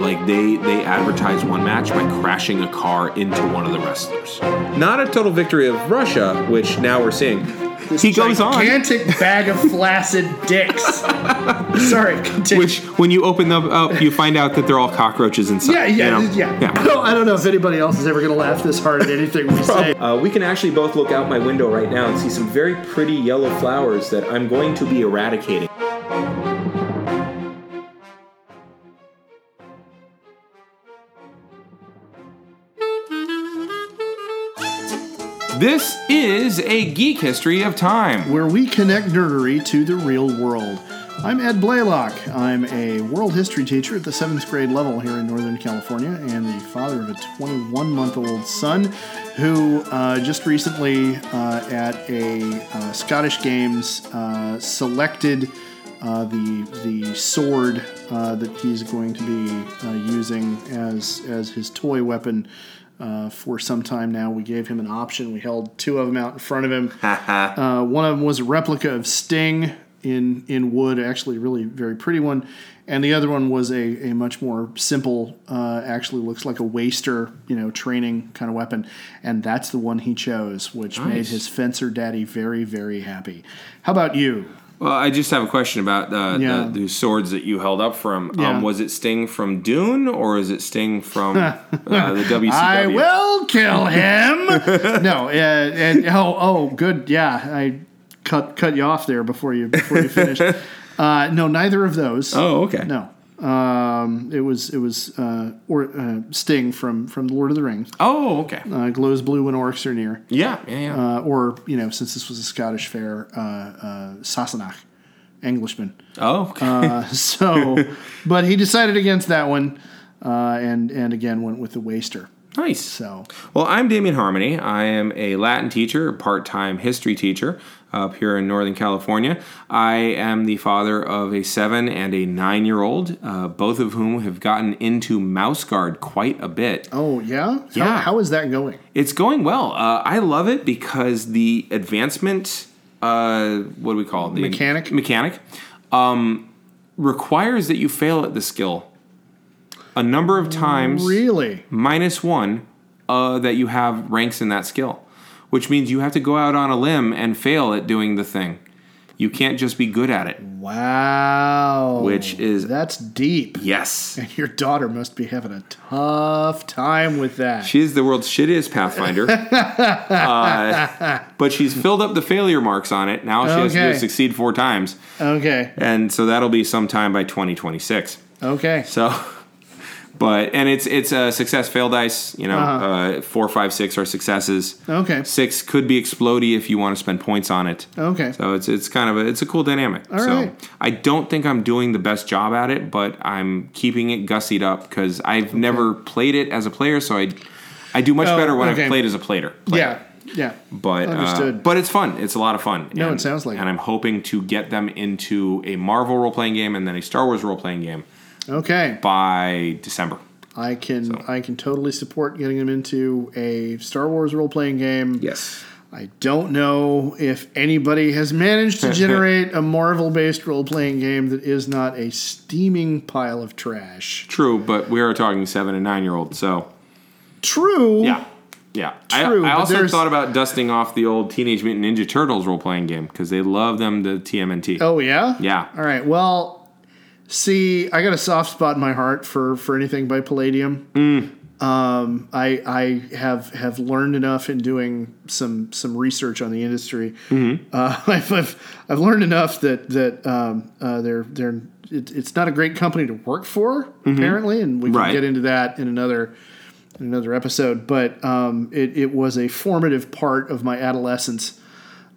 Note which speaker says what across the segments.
Speaker 1: Like they they advertised one match by crashing a car into one of the wrestlers. Not a total victory of Russia, which now we're seeing. he goes on.
Speaker 2: Gigantic bag of flaccid dicks. Sorry, continue.
Speaker 1: Which, when you open them up, you find out that they're all cockroaches inside.
Speaker 2: yeah, yeah,
Speaker 1: you know?
Speaker 2: yeah. No, I don't know if anybody else is ever going to laugh this hard at anything we say.
Speaker 1: Uh, we can actually both look out my window right now and see some very pretty yellow flowers that I'm going to be eradicating. This is a geek history of time.
Speaker 2: where we connect nerdery to the real world. I'm Ed Blaylock. I'm a world history teacher at the seventh grade level here in Northern California and the father of a 21 month old son who uh, just recently uh, at a uh, Scottish Games uh, selected uh, the, the sword uh, that he's going to be uh, using as, as his toy weapon. Uh, for some time now, we gave him an option. We held two of them out in front of him. Uh, one of them was a replica of Sting in in wood, actually really very pretty one, and the other one was a, a much more simple, uh, actually looks like a waster, you know, training kind of weapon, and that's the one he chose, which made his fencer daddy very very happy. How about you?
Speaker 1: Well, I just have a question about uh,
Speaker 2: Yeah.
Speaker 1: the, the swords that you held up from.
Speaker 2: Yeah.
Speaker 1: Um, was it Sting from Dune or is it Sting from uh, the WCW?
Speaker 2: I will kill him. no, uh, and oh, oh, good. Yeah, I cut cut you off there before you before you finished. uh, no, neither of those.
Speaker 1: Oh, okay.
Speaker 2: No, um, it was it was uh, or uh, Sting from from the Lord of the Rings.
Speaker 1: Oh, okay.
Speaker 2: Uh, glows blue when orcs are near,
Speaker 1: Yeah, yeah, yeah.
Speaker 2: uh, or you know, since this was a Scottish fair, uh, uh, Sassenach, Englishman.
Speaker 1: oh, okay.
Speaker 2: Uh, so, but he decided against that one, uh, and and again went with the waster.
Speaker 1: nice.
Speaker 2: So
Speaker 1: Well, I'm Damien Harmony. I am a Latin teacher, part time history teacher up here in Northern California. I am the father of a seven and a nine year old, uh, both of whom have gotten into Mouse Guard quite a bit.
Speaker 2: Oh yeah, How,
Speaker 1: Yeah.
Speaker 2: how is that going?
Speaker 1: It's going well. Uh, I love it because the advancement, uh, what do we call it? The
Speaker 2: Mechanic?
Speaker 1: Mechanic um, requires that you fail at the skill a number of times.
Speaker 2: Really?
Speaker 1: minus one uh, that you have ranks in that skill, which means you have to go out on a limb and fail at doing the thing. You can't just be good at it.
Speaker 2: Wow.
Speaker 1: Which is-
Speaker 2: that's deep.
Speaker 1: Yes.
Speaker 2: And your daughter must be having a tough time with that.
Speaker 1: She is the world's shittiest Pathfinder. Uh, but she's filled up the failure marks on it. Now she has to
Speaker 2: Okay.
Speaker 1: do succeed four times.
Speaker 2: okay.
Speaker 1: And so that'll be sometime by 2026.
Speaker 2: Okay.
Speaker 1: So, but, and it's it's a success fail dice, you know,
Speaker 2: Uh-huh.
Speaker 1: uh, four, five, six are successes.
Speaker 2: Okay.
Speaker 1: Six could be explodey if you want to spend points on it.
Speaker 2: Okay.
Speaker 1: So it's it's kind of a it's a cool dynamic. so
Speaker 2: right.
Speaker 1: I don't think I'm doing the best job at it, but I'm keeping it gussied up because I've never played it as a player, so I I do much
Speaker 2: Oh,
Speaker 1: better when
Speaker 2: okay.
Speaker 1: I've played as a player. player.
Speaker 2: yeah. Yeah.
Speaker 1: But uh,
Speaker 2: Understood.
Speaker 1: but it's fun. It's a lot of fun.
Speaker 2: No,
Speaker 1: and,
Speaker 2: it sounds like
Speaker 1: And
Speaker 2: it.
Speaker 1: I'm hoping to get them into a Marvel role playing game and then a Star Wars role playing game
Speaker 2: Okay.
Speaker 1: by December.
Speaker 2: I can I can totally support getting them into a Star Wars role playing game.
Speaker 1: Yes.
Speaker 2: I don't know if anybody has managed to generate a Marvel based role playing game that is not a steaming pile of trash.
Speaker 1: True, but we are talking seven and nine year olds, so
Speaker 2: True.
Speaker 1: Yeah. Yeah. I-
Speaker 2: True,
Speaker 1: I,
Speaker 2: but
Speaker 1: also
Speaker 2: there's-
Speaker 1: thought about dusting off the old Teenage Mutant Ninja Turtles role playing game because they love them the TMNT.
Speaker 2: Oh yeah.
Speaker 1: Yeah.
Speaker 2: All right. Well, see, I got a soft spot in my heart for for anything by Palladium. Um, I I have have learned enough in doing some some research on the industry.
Speaker 1: Mm-hmm.
Speaker 2: Uh, I've, I've I've learned enough that that um, uh, they're they're it, it's not a great company to work for apparently, and we can
Speaker 1: Mm-hmm. Right.
Speaker 2: get into that in another in another episode. But um, it it was a formative part of my adolescence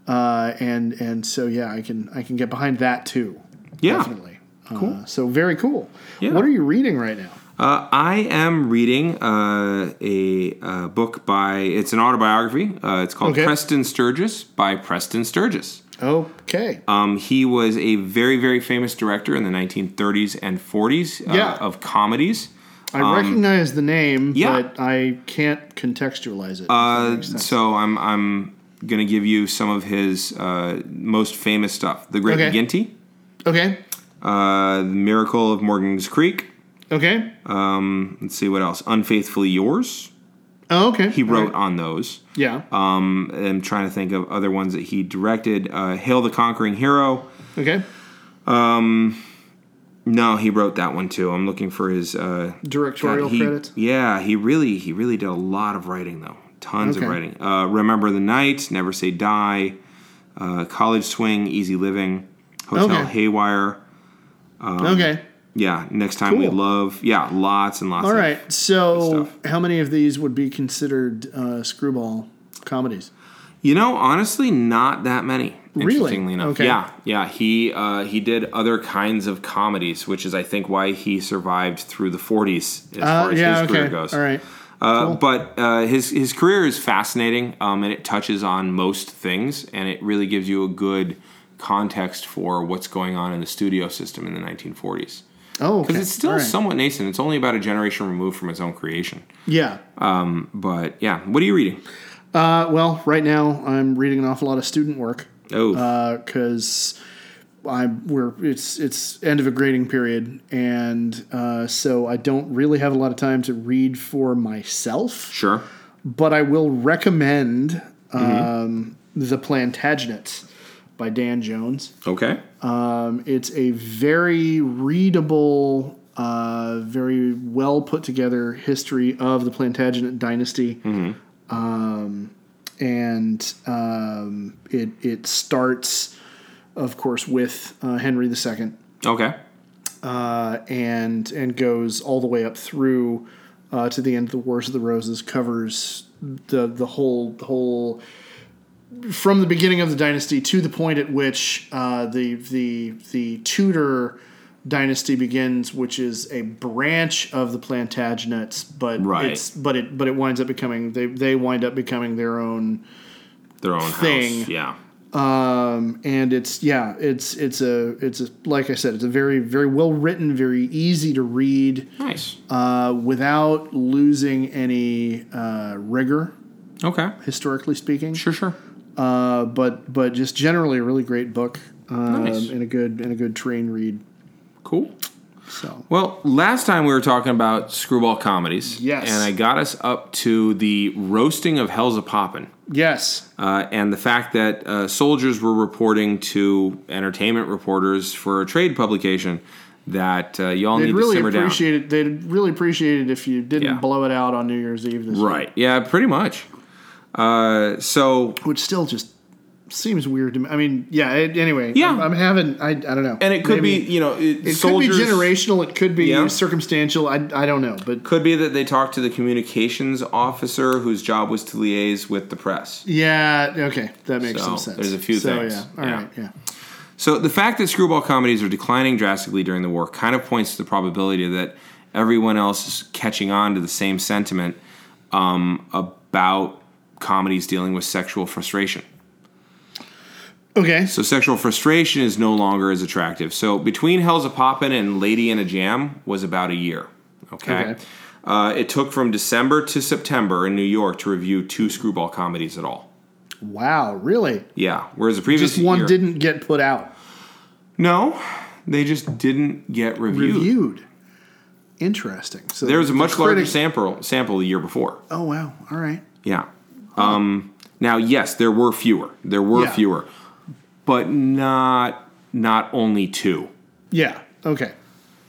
Speaker 2: uh, and and so yeah, I can I can get behind that too.
Speaker 1: Yeah.
Speaker 2: definitely. Cool. so very cool.
Speaker 1: Yeah.
Speaker 2: What are you reading right now?
Speaker 1: Uh, I am reading uh, a uh, book by, it's an autobiography. Uh, it's called
Speaker 2: Okay.
Speaker 1: Preston Sturgis by Preston Sturgis.
Speaker 2: Okay.
Speaker 1: Um, he was a very, very famous director in the 1930s and 40s uh,
Speaker 2: Yeah.
Speaker 1: of comedies.
Speaker 2: I recognize the name,
Speaker 1: Um, yeah.
Speaker 2: but I can't contextualize it. if that
Speaker 1: Uh,
Speaker 2: makes sense.
Speaker 1: so I'm, I'm going to give you some of his uh, most famous stuff The Great
Speaker 2: Okay.
Speaker 1: McGinty,
Speaker 2: okay.
Speaker 1: uh, The Miracle of Morgan's Creek.
Speaker 2: Okay.
Speaker 1: Um, let's see what else. Unfaithfully Yours.
Speaker 2: Oh, okay.
Speaker 1: He
Speaker 2: All
Speaker 1: wrote
Speaker 2: right.
Speaker 1: on those.
Speaker 2: Yeah.
Speaker 1: Um, I'm trying to think of other ones that he directed. Uh, Hail the Conquering Hero.
Speaker 2: okay.
Speaker 1: No, he wrote that one too. I'm looking for his uh,
Speaker 2: Directorial
Speaker 1: God, he-
Speaker 2: credits.
Speaker 1: Yeah, he really he really did a lot of writing though. Tons
Speaker 2: Okay.
Speaker 1: of writing. Uh, Remember the night, Never Say Die, uh, College Swing, Easy Living, Hotel
Speaker 2: Okay.
Speaker 1: Haywire. um,
Speaker 2: okay.
Speaker 1: Yeah, next time we
Speaker 2: Cool.
Speaker 1: love. Yeah, lots and lots.
Speaker 2: All
Speaker 1: of
Speaker 2: right. So,
Speaker 1: stuff.
Speaker 2: how many of these would be considered uh, screwball comedies?
Speaker 1: You know, honestly, not that many.
Speaker 2: Really?
Speaker 1: Interestingly enough,
Speaker 2: Okay.
Speaker 1: yeah, yeah. He uh, he did other kinds of comedies, which is I think why he survived through the 40s as
Speaker 2: Uh,
Speaker 1: far as
Speaker 2: yeah.
Speaker 1: his
Speaker 2: Okay.
Speaker 1: career goes.
Speaker 2: All right.
Speaker 1: Uh, But uh, his his career is fascinating, um, and it touches on most things, and it really gives you a good context for what's going on in the studio system in the 1940s.
Speaker 2: Oh, okay.
Speaker 1: Because it's still
Speaker 2: All right.
Speaker 1: somewhat nascent. It's only about a generation removed from its own creation.
Speaker 2: Yeah.
Speaker 1: But yeah, what are you reading?
Speaker 2: Uh, well, right now I'm reading an awful lot of student work.
Speaker 1: Oh,
Speaker 2: Uh, because I'm we're it's it's end of a grading period, and uh, so I don't really have a lot of time to read for myself.
Speaker 1: sure.
Speaker 2: But I will recommend um, the Plantagenets by Dan Jones.
Speaker 1: Okay.
Speaker 2: Um, it's a very readable, uh, very well put together history of the Plantagenet dynasty. Um, and um, it, it starts, of course, with uh, Henry II
Speaker 1: Okay.
Speaker 2: uh, and, and goes all the way up through uh, to the end of the Wars of the Roses, covers the, the whole, whole from the beginning of the dynasty to the point at which uh, the the the Tudor dynasty begins, which is a branch of the Plantagenets, but
Speaker 1: Right.
Speaker 2: it's but it but it winds up becoming they they wind up becoming their own,
Speaker 1: Their own
Speaker 2: Thing.
Speaker 1: house. Yeah.
Speaker 2: um, and it's yeah it's it's a it's a like I said it's a very very well written, very easy to read
Speaker 1: Nice.
Speaker 2: uh, without losing any uh, rigor
Speaker 1: Okay.
Speaker 2: historically speaking.
Speaker 1: Sure. Sure.
Speaker 2: uh, but but just generally a really great book um,
Speaker 1: Nice.
Speaker 2: and a good and a good train read.
Speaker 1: Cool.
Speaker 2: So
Speaker 1: Well, last time we were talking about screwball comedies.
Speaker 2: Yes.
Speaker 1: And I got us up to the roasting of Hell's a Poppin'.
Speaker 2: yes,
Speaker 1: Uh, and the fact that uh, soldiers were reporting to entertainment reporters for a trade publication that uh, y'all
Speaker 2: they'd
Speaker 1: need
Speaker 2: really
Speaker 1: to simmer down.
Speaker 2: appreciate it. They'd really appreciate it if you didn't
Speaker 1: Yeah.
Speaker 2: blow it out on New Year's Eve. This year,
Speaker 1: Right. Yeah, pretty much. Uh, so,
Speaker 2: which still just seems weird to me. I mean, yeah. It, anyway,
Speaker 1: Yeah.
Speaker 2: I'm, I'm having I, I don't know,
Speaker 1: and it could
Speaker 2: Maybe-
Speaker 1: be, you know, it,
Speaker 2: it
Speaker 1: soldiers
Speaker 2: could be generational. It could be
Speaker 1: Yeah.
Speaker 2: circumstantial. I, I don't know, but
Speaker 1: could be that they talked to the communications officer whose job was to liaise with the press.
Speaker 2: yeah, okay, that makes
Speaker 1: So,
Speaker 2: some sense.
Speaker 1: there's a few
Speaker 2: so,
Speaker 1: things.
Speaker 2: Yeah, all
Speaker 1: Yeah.
Speaker 2: right, yeah.
Speaker 1: So the fact that screwball comedies are declining drastically during the war kind of points to the probability that everyone else is catching on to the same sentiment um, about comedies dealing with sexual frustration.
Speaker 2: Okay,
Speaker 1: So sexual frustration is no longer as attractive. So between Hell's a Poppin' and Lady in a Jam was about a year. Okay.
Speaker 2: Okay.
Speaker 1: Uh, it took from December to September in New York to review two screwball comedies at all.
Speaker 2: wow, really?
Speaker 1: Yeah. Whereas the previous
Speaker 2: Just one
Speaker 1: year-
Speaker 2: didn't get put out.
Speaker 1: No, they just didn't get reviewed.
Speaker 2: reviewed. Interesting. So
Speaker 1: There was a
Speaker 2: the
Speaker 1: much larger
Speaker 2: critics-
Speaker 1: sample sample the year before.
Speaker 2: Oh wow! All right.
Speaker 1: Yeah. Um, now, yes, there were fewer. There were
Speaker 2: Yeah.
Speaker 1: fewer, but not not only two.
Speaker 2: Yeah. Okay.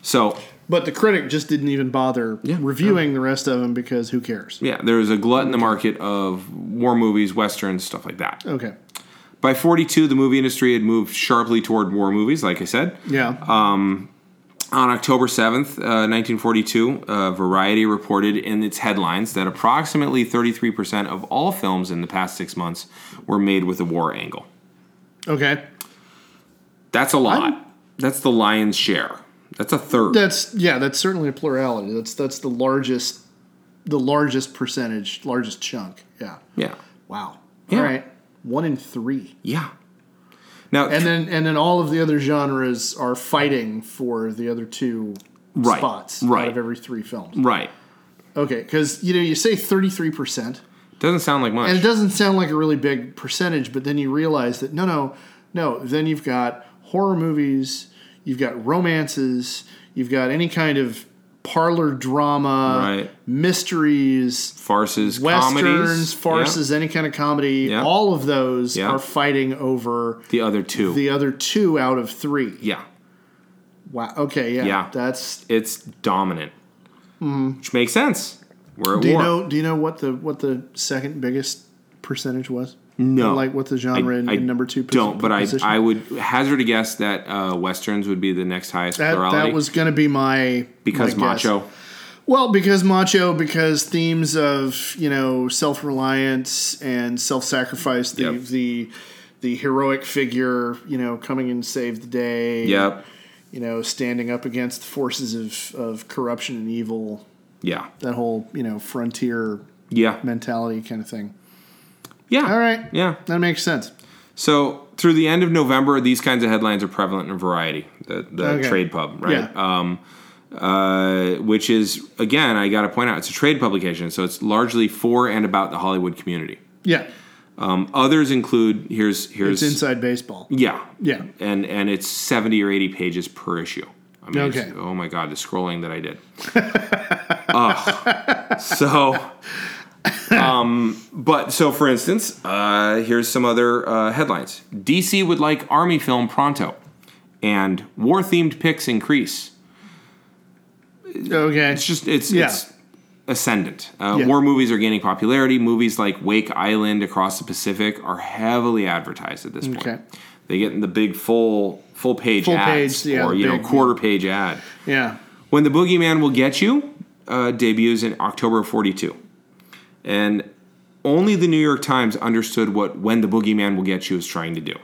Speaker 1: So
Speaker 2: But the critic just didn't even bother reviewing the rest of them because who cares?
Speaker 1: yeah, there was a glut in the market of war movies, westerns, stuff like that.
Speaker 2: Okay.
Speaker 1: By '42, the movie industry had moved sharply toward war movies. Like I said,
Speaker 2: Yeah.
Speaker 1: Uh, On October 7th, uh, 1942, uh, Variety reported in its headlines that approximately 33% of all films in the past six months were made with a war angle.
Speaker 2: okay.
Speaker 1: That's a lot. That's the lion's share. That's a third.
Speaker 2: That's yeah. That's certainly a plurality. That's that's the largest, the largest percentage, largest chunk. Yeah.
Speaker 1: yeah.
Speaker 2: Wow.
Speaker 1: Yeah.
Speaker 2: All right. One in three.
Speaker 1: Yeah. Now,
Speaker 2: And then and then all of the other genres are fighting for the other two
Speaker 1: Right.
Speaker 2: spots out
Speaker 1: Right.
Speaker 2: of every three films.
Speaker 1: right.
Speaker 2: Okay, because you know you say thirty three percent.
Speaker 1: Doesn't sound like much.
Speaker 2: And it doesn't sound like a really big percentage, but then you realize that no, no, no. Then you've got horror movies, you've got romances, you've got any kind of parlor drama,
Speaker 1: Right.
Speaker 2: mysteries,
Speaker 1: Farces,
Speaker 2: westerns,
Speaker 1: comedies,
Speaker 2: farces, any kind of comedy.
Speaker 1: Yeah.
Speaker 2: All of those
Speaker 1: Yeah.
Speaker 2: are fighting over
Speaker 1: Yeah. The other two.
Speaker 2: the other two out of three.
Speaker 1: yeah.
Speaker 2: Wow. Okay. Yeah.
Speaker 1: Yeah.
Speaker 2: That's.
Speaker 1: It's dominant, which makes sense. We're at
Speaker 2: Mm-hmm. Do you
Speaker 1: war.
Speaker 2: know? Do you know what the what the second biggest percentage was?
Speaker 1: no,
Speaker 2: Like what the genre in,
Speaker 1: I
Speaker 2: in number two? posi-
Speaker 1: don't. But I,
Speaker 2: position?
Speaker 1: I would hazard a guess that uh, westerns would be the next highest
Speaker 2: that,
Speaker 1: plurality
Speaker 2: that was going to be my
Speaker 1: because
Speaker 2: my guess.
Speaker 1: macho.
Speaker 2: Well, because macho, because themes of you know self reliance and self sacrifice, the
Speaker 1: Yep.
Speaker 2: the the heroic figure, you know, coming and save the day.
Speaker 1: Yep.
Speaker 2: You know, standing up against the forces of of corruption and evil.
Speaker 1: Yeah.
Speaker 2: That whole you know frontier
Speaker 1: Yeah.
Speaker 2: mentality kind of thing.
Speaker 1: Yeah.
Speaker 2: All right.
Speaker 1: Yeah.
Speaker 2: That makes sense.
Speaker 1: So through the end of November, these kinds of headlines are prevalent in Variety, the, the
Speaker 2: Okay.
Speaker 1: trade pub, right? Um, uh, which is again, I got to point out, it's a trade publication, so it's largely for and about the Hollywood community.
Speaker 2: Yeah,
Speaker 1: Um, others include here's here's
Speaker 2: it's inside baseball.
Speaker 1: yeah
Speaker 2: Yeah.
Speaker 1: and and it's seventy or eighty pages per issue. I mean, it's-
Speaker 2: Okay.
Speaker 1: oh my god, the scrolling that I did. Ugh. So, um, but so for instance, uh, here's some other uh, headlines: DC would like army film pronto, and war themed picks increase.
Speaker 2: Okay.
Speaker 1: It's just it's
Speaker 2: Yeah.
Speaker 1: it's ascendant. Uh,
Speaker 2: Yeah.
Speaker 1: War movies are gaining popularity. Movies like Wake Island across the Pacific are heavily advertised at this point.
Speaker 2: Okay.
Speaker 1: They get in the big full full page
Speaker 2: Full
Speaker 1: ads
Speaker 2: page, yeah,
Speaker 1: or you know
Speaker 2: big-
Speaker 1: quarter page ad.
Speaker 2: Yeah.
Speaker 1: When the Boogeyman will get you uh, debuts in October of '42, and only the New York Times understood what "When the Boogeyman will get you" is trying to do.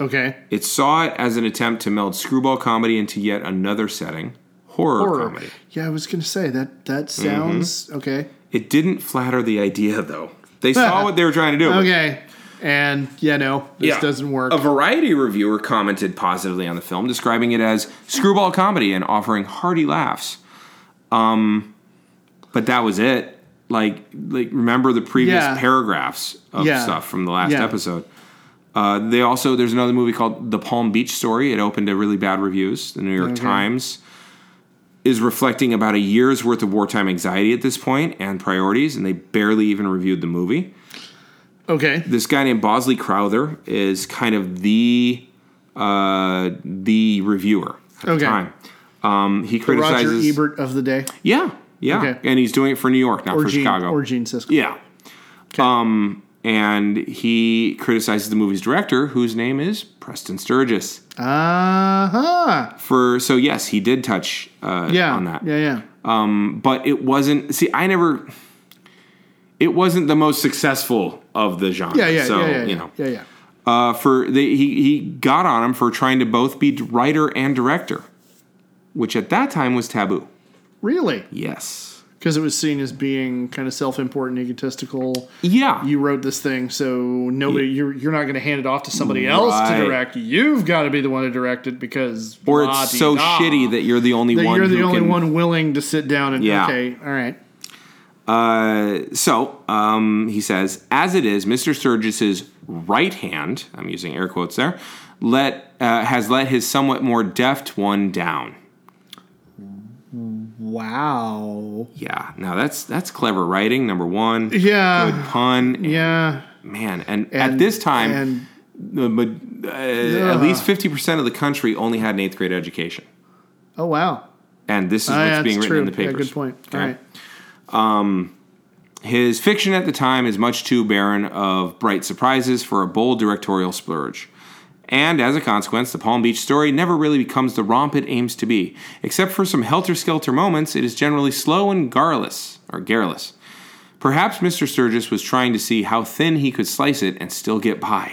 Speaker 2: Okay.
Speaker 1: It saw it as an attempt to meld screwball comedy into yet another setting, horror,
Speaker 2: Horror.
Speaker 1: comedy. Mm-hmm.
Speaker 2: Yeah, I was gonna say that. That sounds okay.
Speaker 1: It didn't flatter the idea, though. They saw what they were trying to do.
Speaker 2: Okay. And yeah, no, this
Speaker 1: Yeah.
Speaker 2: doesn't work.
Speaker 1: A variety reviewer commented positively on the film, describing it as screwball comedy and offering hearty laughs. Um, but that was it. Like, like remember the previous
Speaker 2: Yeah.
Speaker 1: paragraphs of
Speaker 2: Yeah.
Speaker 1: stuff from the last
Speaker 2: Yeah.
Speaker 1: episode. Uh, they also there's another movie called The Palm Beach Story. It opened to really bad reviews. The New York Times is reflecting about a year's worth of wartime anxiety at this point and priorities, and they barely even reviewed the movie
Speaker 2: okay.
Speaker 1: this guy named Bosley Crowther is kind of the uh, the reviewer at
Speaker 2: Okay.
Speaker 1: the time. Um, he
Speaker 2: Roger
Speaker 1: criticizes,
Speaker 2: Ebert of the day,
Speaker 1: yeah, yeah,
Speaker 2: Okay.
Speaker 1: and he's doing it for New York, not
Speaker 2: or
Speaker 1: for
Speaker 2: Gene,
Speaker 1: Chicago.
Speaker 2: or Gene Siskel.
Speaker 1: Yeah. Um, and he criticizes the movie's director, whose name is Preston Sturgis.
Speaker 2: Uh huh.
Speaker 1: For so yes, he did touch uh,
Speaker 2: Yeah.
Speaker 1: on that.
Speaker 2: Yeah, yeah.
Speaker 1: but it wasn't. See, I never. It wasn't the most successful of the genre.
Speaker 2: Yeah, yeah,
Speaker 1: so,
Speaker 2: yeah, yeah, yeah.
Speaker 1: you know.
Speaker 2: yeah, yeah.
Speaker 1: uh, for the, he he got on him for trying to both be writer and director, which at that time was taboo.
Speaker 2: Really?
Speaker 1: Yes.
Speaker 2: Because it was seen as being kind of self-important, egotistical.
Speaker 1: Yeah.
Speaker 2: You wrote this thing, so nobody you're you're not going to hand it off to somebody else to
Speaker 1: Right.
Speaker 2: direct. You've got to be the one to direct it because
Speaker 1: or it's so
Speaker 2: la-di-da.
Speaker 1: shitty that you're the only
Speaker 2: Ah. that
Speaker 1: one.
Speaker 2: you're the
Speaker 1: who
Speaker 2: only
Speaker 1: can-
Speaker 2: one willing to sit down and
Speaker 1: Yeah.
Speaker 2: okay, all right.
Speaker 1: Uh, so um, he says, as it is, Mr. Sturgis's right hand. I'm using air quotes there. Let uh, has let his somewhat more deft one down.
Speaker 2: Wow.
Speaker 1: Yeah. Now that's that's clever writing. Number one.
Speaker 2: Yeah.
Speaker 1: Good pun,
Speaker 2: Yeah.
Speaker 1: man. And, at
Speaker 2: And-
Speaker 1: this time,
Speaker 2: and
Speaker 1: the, ma- uh, at least 50% of the country only had an eighth grade education.
Speaker 2: oh wow.
Speaker 1: And this is
Speaker 2: Ah, yeah,
Speaker 1: what's being
Speaker 2: that's
Speaker 1: written in the
Speaker 2: true. Yeah,
Speaker 1: papers.
Speaker 2: good point.
Speaker 1: Okay?
Speaker 2: All right.
Speaker 1: His fiction at the time is much too barren of bright surprises for a bold directorial splurge. And as a consequence, the Palm Beach story never really becomes the romp it aims to be. Except for some helter skelter moments, it is generally slow and garrulous, or garrulous. Perhaps Mr. Sturgis was trying to see how thin he could slice it and still get by.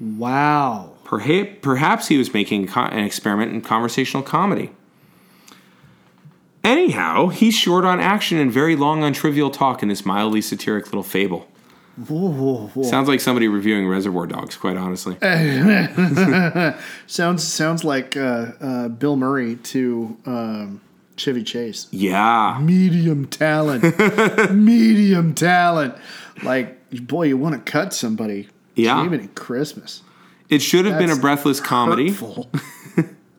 Speaker 2: Wow.
Speaker 1: Perhaps, perhaps he was making co- an experiment in conversational comedy. Anyhow, he's short on action and very long on trivial talk in this mildly satiric little fable.
Speaker 2: Whoa, whoa, whoa.
Speaker 1: Sounds like somebody reviewing Reservoir Dogs, quite honestly.
Speaker 2: Eh. Sounds sounds like uh, uh, Bill Murray to um, Chevy Chase.
Speaker 1: yeah.
Speaker 2: Medium talent. Medium talent. Like boy, you want to cut somebody.
Speaker 1: Yeah.
Speaker 2: Even at Christmas.
Speaker 1: It should have been a
Speaker 2: That's
Speaker 1: breathless comedy.
Speaker 2: Hurtful.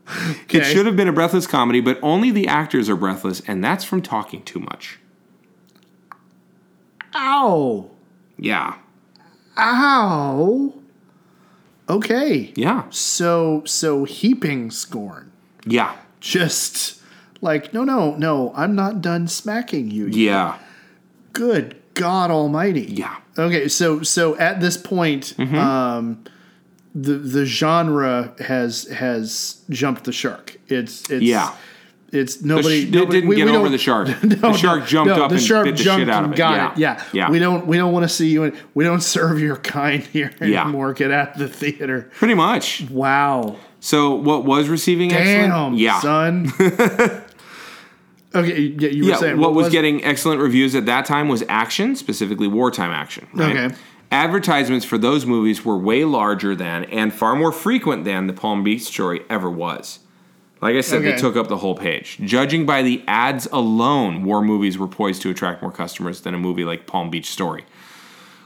Speaker 1: It should have been a breathless comedy, but only the actors are breathless, and that's from talking too much.
Speaker 2: Ow.
Speaker 1: Yeah.
Speaker 2: Ow. Okay.
Speaker 1: Yeah.
Speaker 2: So so heaping scorn.
Speaker 1: Yeah.
Speaker 2: Just like no no no, I'm not done smacking you.
Speaker 1: Yeah.
Speaker 2: Good God Almighty.
Speaker 1: Yeah.
Speaker 2: Okay, so so at this point,
Speaker 1: Mm-hmm.
Speaker 2: um, the the genre has has jumped the shark. It's it's
Speaker 1: Yeah.
Speaker 2: It's
Speaker 1: The sh-
Speaker 2: nobody.
Speaker 1: it
Speaker 2: nobody-
Speaker 1: didn't
Speaker 2: we-
Speaker 1: get
Speaker 2: we
Speaker 1: over
Speaker 2: don't-
Speaker 1: the shark. the shark jumped
Speaker 2: no,
Speaker 1: up
Speaker 2: the
Speaker 1: and
Speaker 2: shark
Speaker 1: bit the
Speaker 2: jumped
Speaker 1: shit out of
Speaker 2: and
Speaker 1: it.
Speaker 2: Got
Speaker 1: yeah.
Speaker 2: it. Yeah.
Speaker 1: Yeah.
Speaker 2: We don't we don't want to see you. In, we don't serve your kind here
Speaker 1: Yeah.
Speaker 2: anymore. Get out of the theater.
Speaker 1: Pretty much.
Speaker 2: Wow.
Speaker 1: So what was receiving excellent?
Speaker 2: Damn.
Speaker 1: yeah.
Speaker 2: Son. okay. Yeah. You were
Speaker 1: yeah,
Speaker 2: saying
Speaker 1: what was, getting excellent reviews at that time was action, specifically wartime action. right?
Speaker 2: Okay.
Speaker 1: Advertisements for those movies were way larger than and far more frequent than the Palm Beach story ever was. Like I said, they
Speaker 2: Okay.
Speaker 1: took up the whole page. Judging by the ads alone, war movies were poised to attract more customers than a movie like Palm Beach Story,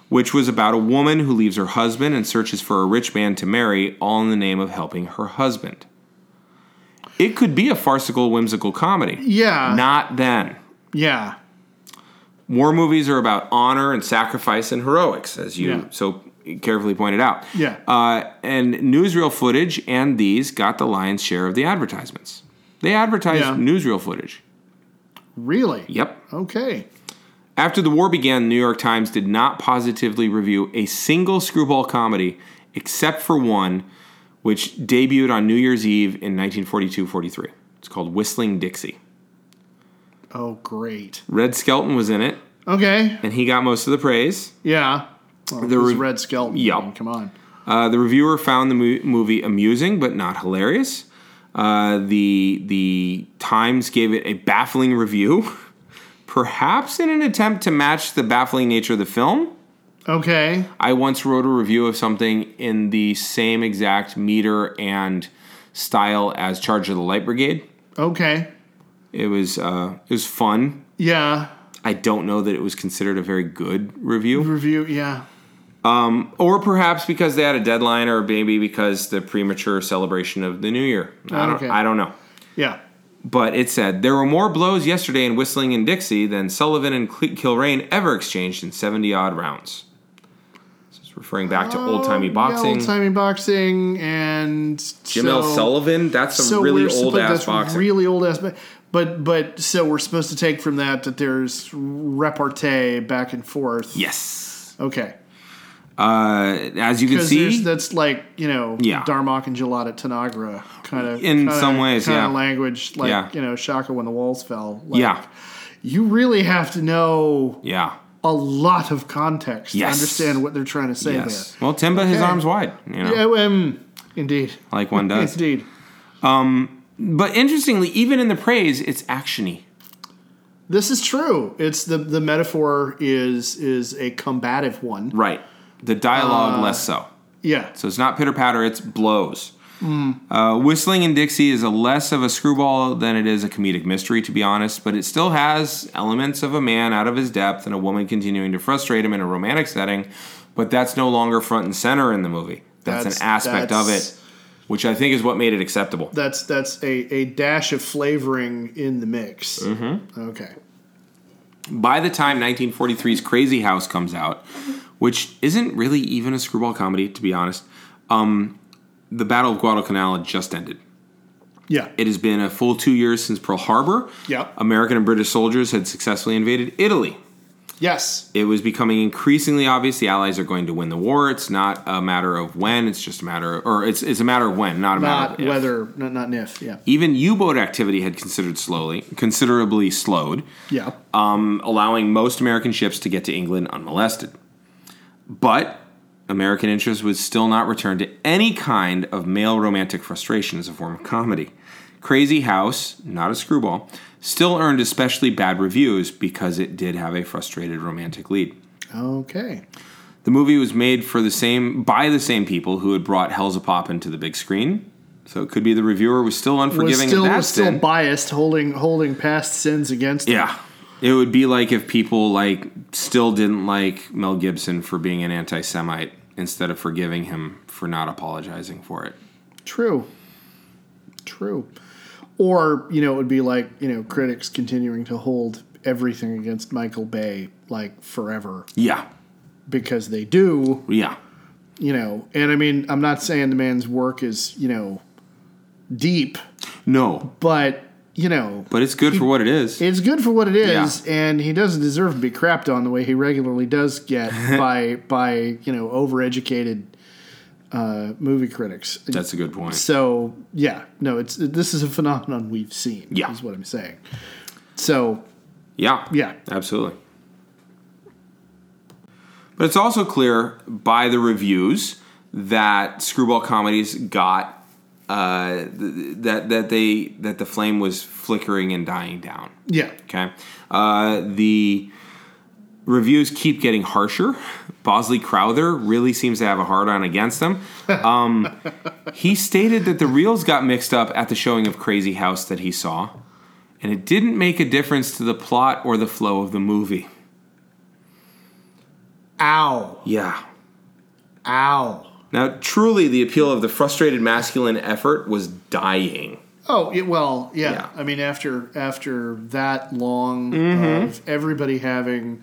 Speaker 1: which was about a woman who leaves her husband and searches for a rich man to marry, all in the name of helping her husband. It could be a farcical, whimsical comedy.
Speaker 2: Yeah.
Speaker 1: Not then.
Speaker 2: yeah.
Speaker 1: War movies are about honor and sacrifice and heroics, as you
Speaker 2: Yeah.
Speaker 1: so carefully pointed out.
Speaker 2: Yeah.
Speaker 1: Uh, and newsreel footage and these got the lion's share of the advertisements. They advertised
Speaker 2: Yeah.
Speaker 1: newsreel footage.
Speaker 2: Really.
Speaker 1: Yep.
Speaker 2: Okay.
Speaker 1: After the war began, the New York Times did not positively review a single screwball comedy except for one, which debuted on New Year's Eve in 1942 43. It's called Whistling Dixie.
Speaker 2: Oh, great.
Speaker 1: Red Skelton was in it,
Speaker 2: Okay.
Speaker 1: and he got most of the praise.
Speaker 2: Yeah. Well, the
Speaker 1: re-
Speaker 2: red skeleton.
Speaker 1: Yup.
Speaker 2: man, Come on.
Speaker 1: Uh, the reviewer found the mo- movie amusing but not hilarious. Uh, the the Times gave it a baffling review, perhaps in an attempt to match the baffling nature of the film.
Speaker 2: Okay.
Speaker 1: I once wrote a review of something in the same exact meter and style as Charge of the Light Brigade.
Speaker 2: Okay.
Speaker 1: It was uh, it was fun.
Speaker 2: Yeah.
Speaker 1: I don't know that it was considered a very good review.
Speaker 2: Review. Yeah.
Speaker 1: or perhaps because they had a deadline, or maybe because the premature celebration of the new year. I don't,
Speaker 2: Okay.
Speaker 1: I don't know.
Speaker 2: Yeah.
Speaker 1: But it said there were more blows yesterday in Whistling and Dixie than Sullivan and Cl- Kilrain ever exchanged in seventy odd rounds. This is referring back to old timey
Speaker 2: Um,
Speaker 1: boxing.
Speaker 2: old timey boxing, and
Speaker 1: Jim L. Sullivan, that's some
Speaker 2: So
Speaker 1: really
Speaker 2: we're supposed-
Speaker 1: old ass
Speaker 2: that's
Speaker 1: boxing.
Speaker 2: Really old ass. But, but but so we're supposed to take from that that there's repartee back and forth.
Speaker 1: yes.
Speaker 2: Okay.
Speaker 1: Uh, as you can
Speaker 2: Because there's-
Speaker 1: see,
Speaker 2: that's like you know
Speaker 1: Yeah.
Speaker 2: Darmok and Gillot at Tanagra kind of
Speaker 1: In some ways,
Speaker 2: kind
Speaker 1: yeah.
Speaker 2: of language like
Speaker 1: Yeah.
Speaker 2: you know Shaka when the walls fell. Like,
Speaker 1: yeah,
Speaker 2: You really have to know
Speaker 1: yeah,
Speaker 2: a lot of context
Speaker 1: Yes.
Speaker 2: to understand what they're trying to say
Speaker 1: yes. Well, Timba, his
Speaker 2: Okay.
Speaker 1: arms wide, you know,
Speaker 2: there. Yeah, um, indeed.
Speaker 1: like one does.
Speaker 2: Indeed.
Speaker 1: But interestingly, even in the praise, it's actiony.
Speaker 2: This is true. It's the the metaphor is is a combative one.
Speaker 1: Right. The dialogue
Speaker 2: Uh,
Speaker 1: less so.
Speaker 2: Yeah.
Speaker 1: So it's not pitter patter, it's blows. Uh, Whistling and Dixie is a less of a screwball than it is a comedic mystery, to be honest, but it still has elements of a man out of his depth and a woman continuing to frustrate him in a romantic setting, but that's no longer front and center in the movie. That's,
Speaker 2: That's-
Speaker 1: an aspect of
Speaker 2: that's-
Speaker 1: it, which I think is what made it acceptable.
Speaker 2: That's that's a, a dash of flavoring in the mix. Mm-hmm. Okay.
Speaker 1: By the time 1943's Crazy House comes out, which isn't really even a screwball comedy, to be honest, um, the Battle of Guadalcanal had just ended.
Speaker 2: Yeah.
Speaker 1: It has been a full two years since Pearl Harbor.
Speaker 2: Yep.
Speaker 1: American and British soldiers had successfully invaded Italy.
Speaker 2: yes.
Speaker 1: It was becoming increasingly obvious the Allies are going to win the war. It's not a matter of when, it's just a matter of, or it's, it's a matter of when, not a
Speaker 2: Not
Speaker 1: matter of if.
Speaker 2: whether not not if. Yeah.
Speaker 1: Even U-boat activity had considered slowly, considerably slowed,
Speaker 2: Yeah.
Speaker 1: um, allowing most American ships to get to England unmolested. But American interest was still not returned to any kind of male romantic frustration as a form of comedy. Crazy House, not a screwball, still earned especially bad reviews because it did have a frustrated romantic lead.
Speaker 2: okay.
Speaker 1: The movie was made for the same by the same people who had brought Hell's a Poppin' to the big screen, so it could be the reviewer was still
Speaker 2: Was
Speaker 1: unforgiving of
Speaker 2: still
Speaker 1: that
Speaker 2: was still
Speaker 1: sin.
Speaker 2: biased, holding holding past sins against him.
Speaker 1: Yeah. It would be like if people like still didn't like Mel Gibson for being an anti-Semite instead of forgiving him for not apologizing for it.
Speaker 2: True. true. Or, you know, it would be like, you know, critics continuing to hold everything against Michael Bay like forever
Speaker 1: Yeah.
Speaker 2: because they do
Speaker 1: Yeah.
Speaker 2: you know, and I mean, I'm not saying the man's work is, you know, deep,
Speaker 1: No,
Speaker 2: but, you know,
Speaker 1: but it's good for what it is.
Speaker 2: it's good for what it is, and he doesn't deserve to be crapped on the way he regularly does get by, by you know, overeducated uh, movie critics.
Speaker 1: That's a good point.
Speaker 2: So, yeah, no, it's this is a phenomenon we've seen,
Speaker 1: Yeah.
Speaker 2: is what I'm saying. So,
Speaker 1: Yeah.
Speaker 2: yeah,
Speaker 1: Absolutely. But it's also clear by the reviews that screwball comedies got uh, th- th- that that they that the flame was flickering and dying down.
Speaker 2: yeah,
Speaker 1: Okay, uh, the reviews keep getting harsher. Bosley Crowther really seems to have a hard on against them. Um, he stated that the reels got mixed up at the showing of Crazy House that he saw, and it didn't make a difference to the plot or the flow of the movie.
Speaker 2: ow,
Speaker 1: Yeah.
Speaker 2: ow.
Speaker 1: Now, truly, the appeal of the frustrated masculine effort was dying.
Speaker 2: Oh it, well, yeah.
Speaker 1: Yeah.
Speaker 2: I mean, after after that long of
Speaker 1: Mm-hmm.
Speaker 2: everybody having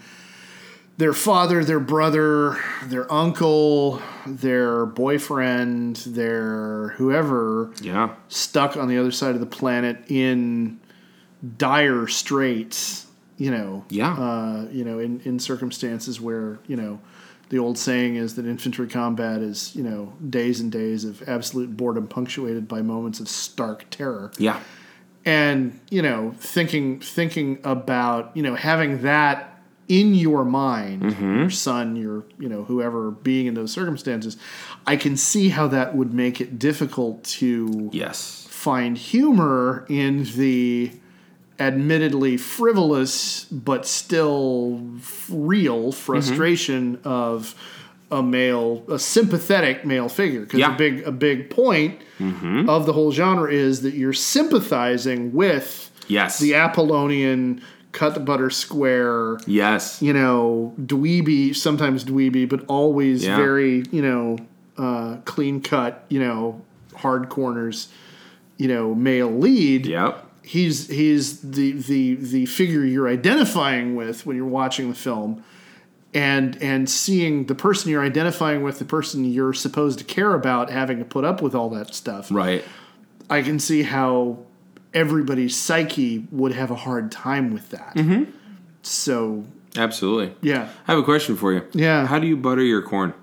Speaker 2: their father, their brother, their uncle, their boyfriend, their whoever
Speaker 1: Yeah.
Speaker 2: stuck on the other side of the planet in dire straits, you know.
Speaker 1: Yeah.
Speaker 2: Uh, you know, in, in circumstances where, you know, the old saying is that infantry combat is, you know, days and days of absolute boredom punctuated by moments of stark terror
Speaker 1: Yeah.
Speaker 2: and you know thinking thinking about you know having that in your mind your son your you know whoever being in those circumstances i can see how that would make it difficult to
Speaker 1: Yes.
Speaker 2: find humor in the admittedly frivolous but still f- real frustration of a male a sympathetic male figure because
Speaker 1: Yeah.
Speaker 2: a big a big point of the whole genre is that you're sympathizing with
Speaker 1: Yes.
Speaker 2: the apollonian cut the butter square
Speaker 1: yes.
Speaker 2: you know, dweeby, sometimes dweeby, but always
Speaker 1: Yeah.
Speaker 2: very, you know, uh, clean cut, you know, hard corners, you know, male lead.
Speaker 1: Yep.
Speaker 2: He's he's the the the figure you're identifying with when you're watching the film, and and seeing the person you're identifying with, the person you're supposed to care about, having to put up with all that stuff.
Speaker 1: Right.
Speaker 2: I can see how everybody's psyche would have a hard time with that.
Speaker 1: Mm-hmm.
Speaker 2: So
Speaker 1: Absolutely.
Speaker 2: yeah.
Speaker 1: I have a question for you.
Speaker 2: Yeah.
Speaker 1: How do you butter your corn?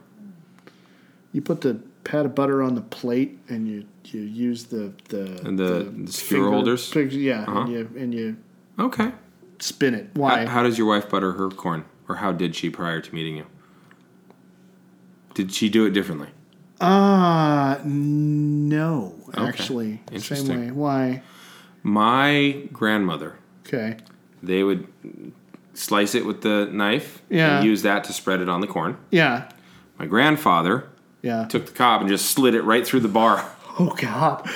Speaker 2: You put the pat of butter on the plate, and you you use the the
Speaker 1: And the- the spear holders?
Speaker 2: pig- yeah, and you and you
Speaker 1: Okay.
Speaker 2: spin it.
Speaker 1: How,
Speaker 2: Why?
Speaker 1: how does your wife butter her corn, or how did she prior to meeting you? Did she do it differently?
Speaker 2: Uh no, actually, same
Speaker 1: Interesting.
Speaker 2: way. Why?
Speaker 1: My grandmother,
Speaker 2: Okay,
Speaker 1: they would slice it with the knife
Speaker 2: Yeah.
Speaker 1: and use that to spread it on the corn.
Speaker 2: yeah,
Speaker 1: My grandfather
Speaker 2: yeah.
Speaker 1: took the cob and just slid it right through the bar,
Speaker 2: Oh God.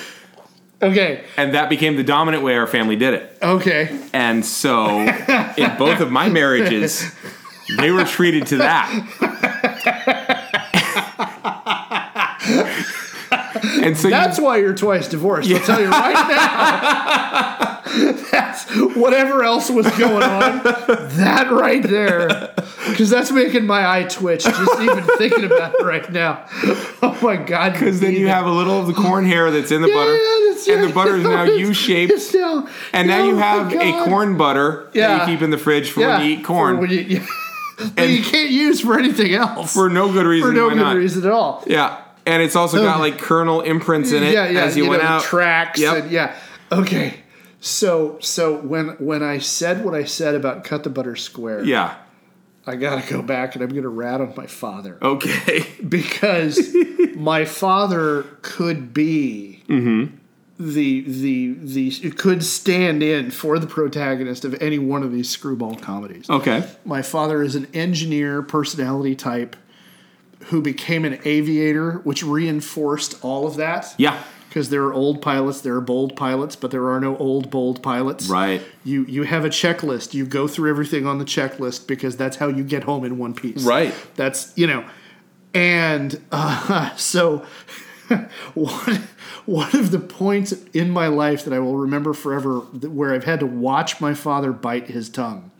Speaker 2: Okay,
Speaker 1: and that became the dominant way our family did it.
Speaker 2: okay.
Speaker 1: And so, in both of my marriages, they were treated to that. and so,
Speaker 2: That's why you're twice divorced. I'll tell you right now. that's whatever else was going on. That right there, because that's making my eye twitch just even thinking about it right now. Oh my god!
Speaker 1: because then you have a little of the corn hair that's in the butter, and the butter is now U-shaped, and
Speaker 2: Oh
Speaker 1: now you have a corn butter
Speaker 2: Yeah.
Speaker 1: that you keep in the fridge for when you eat corn for,
Speaker 2: When you, that you can't use for anything else for,
Speaker 1: no good reason.
Speaker 2: no
Speaker 1: why
Speaker 2: good
Speaker 1: not?
Speaker 2: reason at all.
Speaker 1: Yeah, and it's also got like kernel imprints in it
Speaker 2: yeah, yeah,
Speaker 1: as you,
Speaker 2: you
Speaker 1: went
Speaker 2: know,
Speaker 1: out.
Speaker 2: Tracks.
Speaker 1: Yep.
Speaker 2: And yeah. Okay. So so when when I said what I said about cut the butter square,
Speaker 1: yeah.
Speaker 2: I gotta go back and I'm gonna rat on my father
Speaker 1: Okay.
Speaker 2: because my father could be
Speaker 1: Mm-hmm.
Speaker 2: the the the could stand in for the protagonist of any one of these screwball comedies.
Speaker 1: okay.
Speaker 2: My father is an engineer personality type who became an aviator, which reinforced all of that.
Speaker 1: Yeah.
Speaker 2: Because there are old pilots, there are bold pilots, but there are no old bold pilots.
Speaker 1: Right.
Speaker 2: You you have a checklist. You go through everything on the checklist because that's how you get home in one piece.
Speaker 1: Right.
Speaker 2: That's you know, and uh, so one, one of the points in my life that I will remember forever that- where I've had to watch my father bite his tongue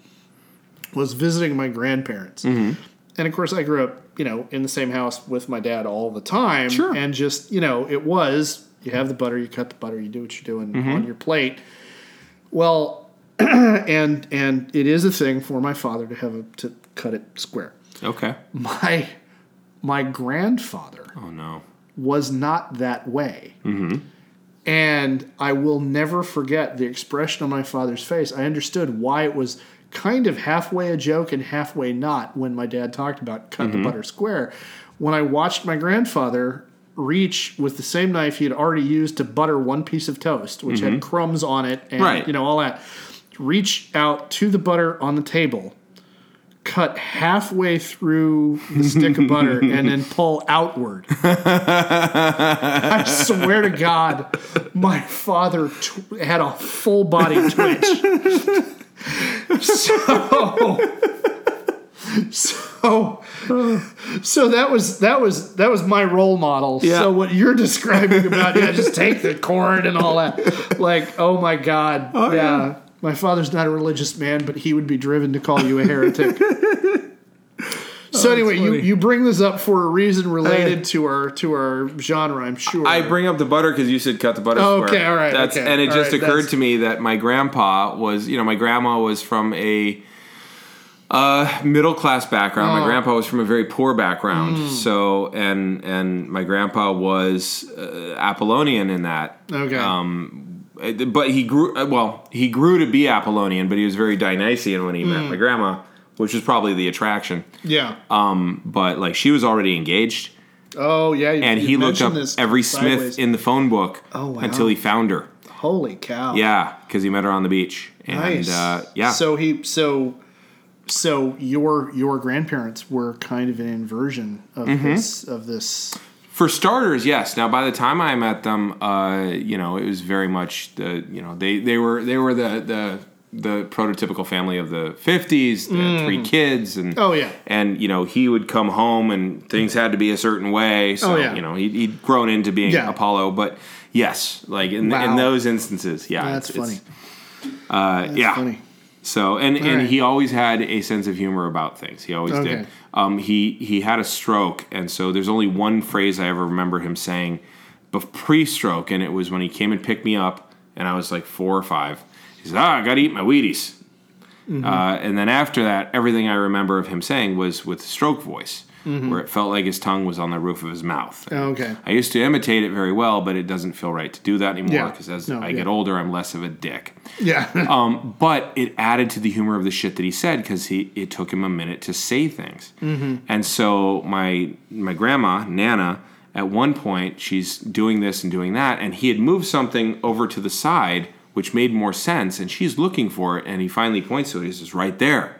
Speaker 2: was visiting my grandparents. And of course, I grew up, you know, in the same house with my dad all the time.
Speaker 1: Sure.
Speaker 2: And just, you know, it was you have the butter, you cut the butter, you do what you're doing on your plate. Well, and and it is a thing for my father to have a, to cut it square.
Speaker 1: Okay.
Speaker 2: My my grandfather
Speaker 1: Oh no.
Speaker 2: was not that way. And I will never forget the expression on my father's face. I understood why it was kind of halfway a joke and halfway not when my dad talked about cut the butter square. When I watched my grandfather reach with the same knife he had already used to butter one piece of toast, which had crumbs on it and
Speaker 1: Right.
Speaker 2: you know all that, reach out to the butter on the table. Cut halfway through the stick of butter and then pull outward. I swear to God, my father tw- had a full body twitch. so, so, so that was that was that was my role model.
Speaker 1: Yeah.
Speaker 2: So what you're describing about, yeah, just take the cord and all that. Like, oh my God, yeah.
Speaker 1: yeah.
Speaker 2: My father's not a religious man, but he would be driven to call you a heretic. So anyway, you,
Speaker 1: funny.
Speaker 2: you bring this up for a reason related to our to our genre, I'm sure.
Speaker 1: I bring up the butter because you said cut the butter.
Speaker 2: Oh,
Speaker 1: square.
Speaker 2: okay, all right,
Speaker 1: That's
Speaker 2: okay,
Speaker 1: and it
Speaker 2: all
Speaker 1: just
Speaker 2: right,
Speaker 1: occurred
Speaker 2: that's-
Speaker 1: to me that my grandpa was, you know, my grandma was from a uh, middle class background. My
Speaker 2: Oh. Hmm.
Speaker 1: grandpa was from a very poor background. So and and my grandpa was uh, Apollonian in that.
Speaker 2: okay.
Speaker 1: Uh, But he grew uh, well. He grew to be Apollonian, but he was very Dionysian when he
Speaker 2: Hmm.
Speaker 1: met my grandma, which was probably the attraction.
Speaker 2: yeah.
Speaker 1: uh, But like she was already engaged.
Speaker 2: oh yeah. You,
Speaker 1: and
Speaker 2: you
Speaker 1: he looked
Speaker 2: mentioned
Speaker 1: up
Speaker 2: this
Speaker 1: every
Speaker 2: sideways.
Speaker 1: Smith in the phone book
Speaker 2: Oh, wow.
Speaker 1: until he found her.
Speaker 2: Holy cow.
Speaker 1: Yeah, because he met her on the beach. And
Speaker 2: Nice.
Speaker 1: uh, yeah,
Speaker 2: So he so so your your grandparents were kind of an inversion of
Speaker 1: Mm-hmm.
Speaker 2: this of this.
Speaker 1: for starters, yes. Now by the time I met them, uh, you know, it was very much the you know they they were they were the the the prototypical family of the 50s they had three kids and
Speaker 2: Mm. Oh, yeah.
Speaker 1: and you know he would come home and things had to be a certain way so
Speaker 2: Oh, yeah.
Speaker 1: you know he'd, he'd grown into being
Speaker 2: Yeah.
Speaker 1: apollo but yes like in, in
Speaker 2: Wow.
Speaker 1: those instances yeah
Speaker 2: That's
Speaker 1: it's-
Speaker 2: funny.
Speaker 1: it's- uh, yeah
Speaker 2: Funny.
Speaker 1: So and and
Speaker 2: right.
Speaker 1: he always had a sense of humor about things. He always
Speaker 2: Okay.
Speaker 1: did. Um, he he had a stroke, and so there's only one phrase I ever remember him saying, bef- pre-stroke, and it was when he came and picked me up, and I was like four or five. He said, "Ah, I got to eat my Wheaties."
Speaker 2: Mm-hmm.
Speaker 1: Uh, and then after that, everything I remember of him saying was with stroke voice,
Speaker 2: Mm-hmm.
Speaker 1: where it felt like his tongue was on the roof of his mouth.
Speaker 2: Okay.
Speaker 1: I used to imitate it very well, but it doesn't feel right to do that anymore
Speaker 2: Yeah.
Speaker 1: because as
Speaker 2: No,
Speaker 1: I
Speaker 2: yeah.
Speaker 1: get older, I'm less of a dick.
Speaker 2: Yeah.
Speaker 1: Um, but it added to the humor of the shit that he said because he it took him a minute to say things. And so my my grandma Nana at one point she's doing this and doing that, and he had moved something over to the side which made more sense, and she's looking for it, and he finally points to it. He says, "Right there."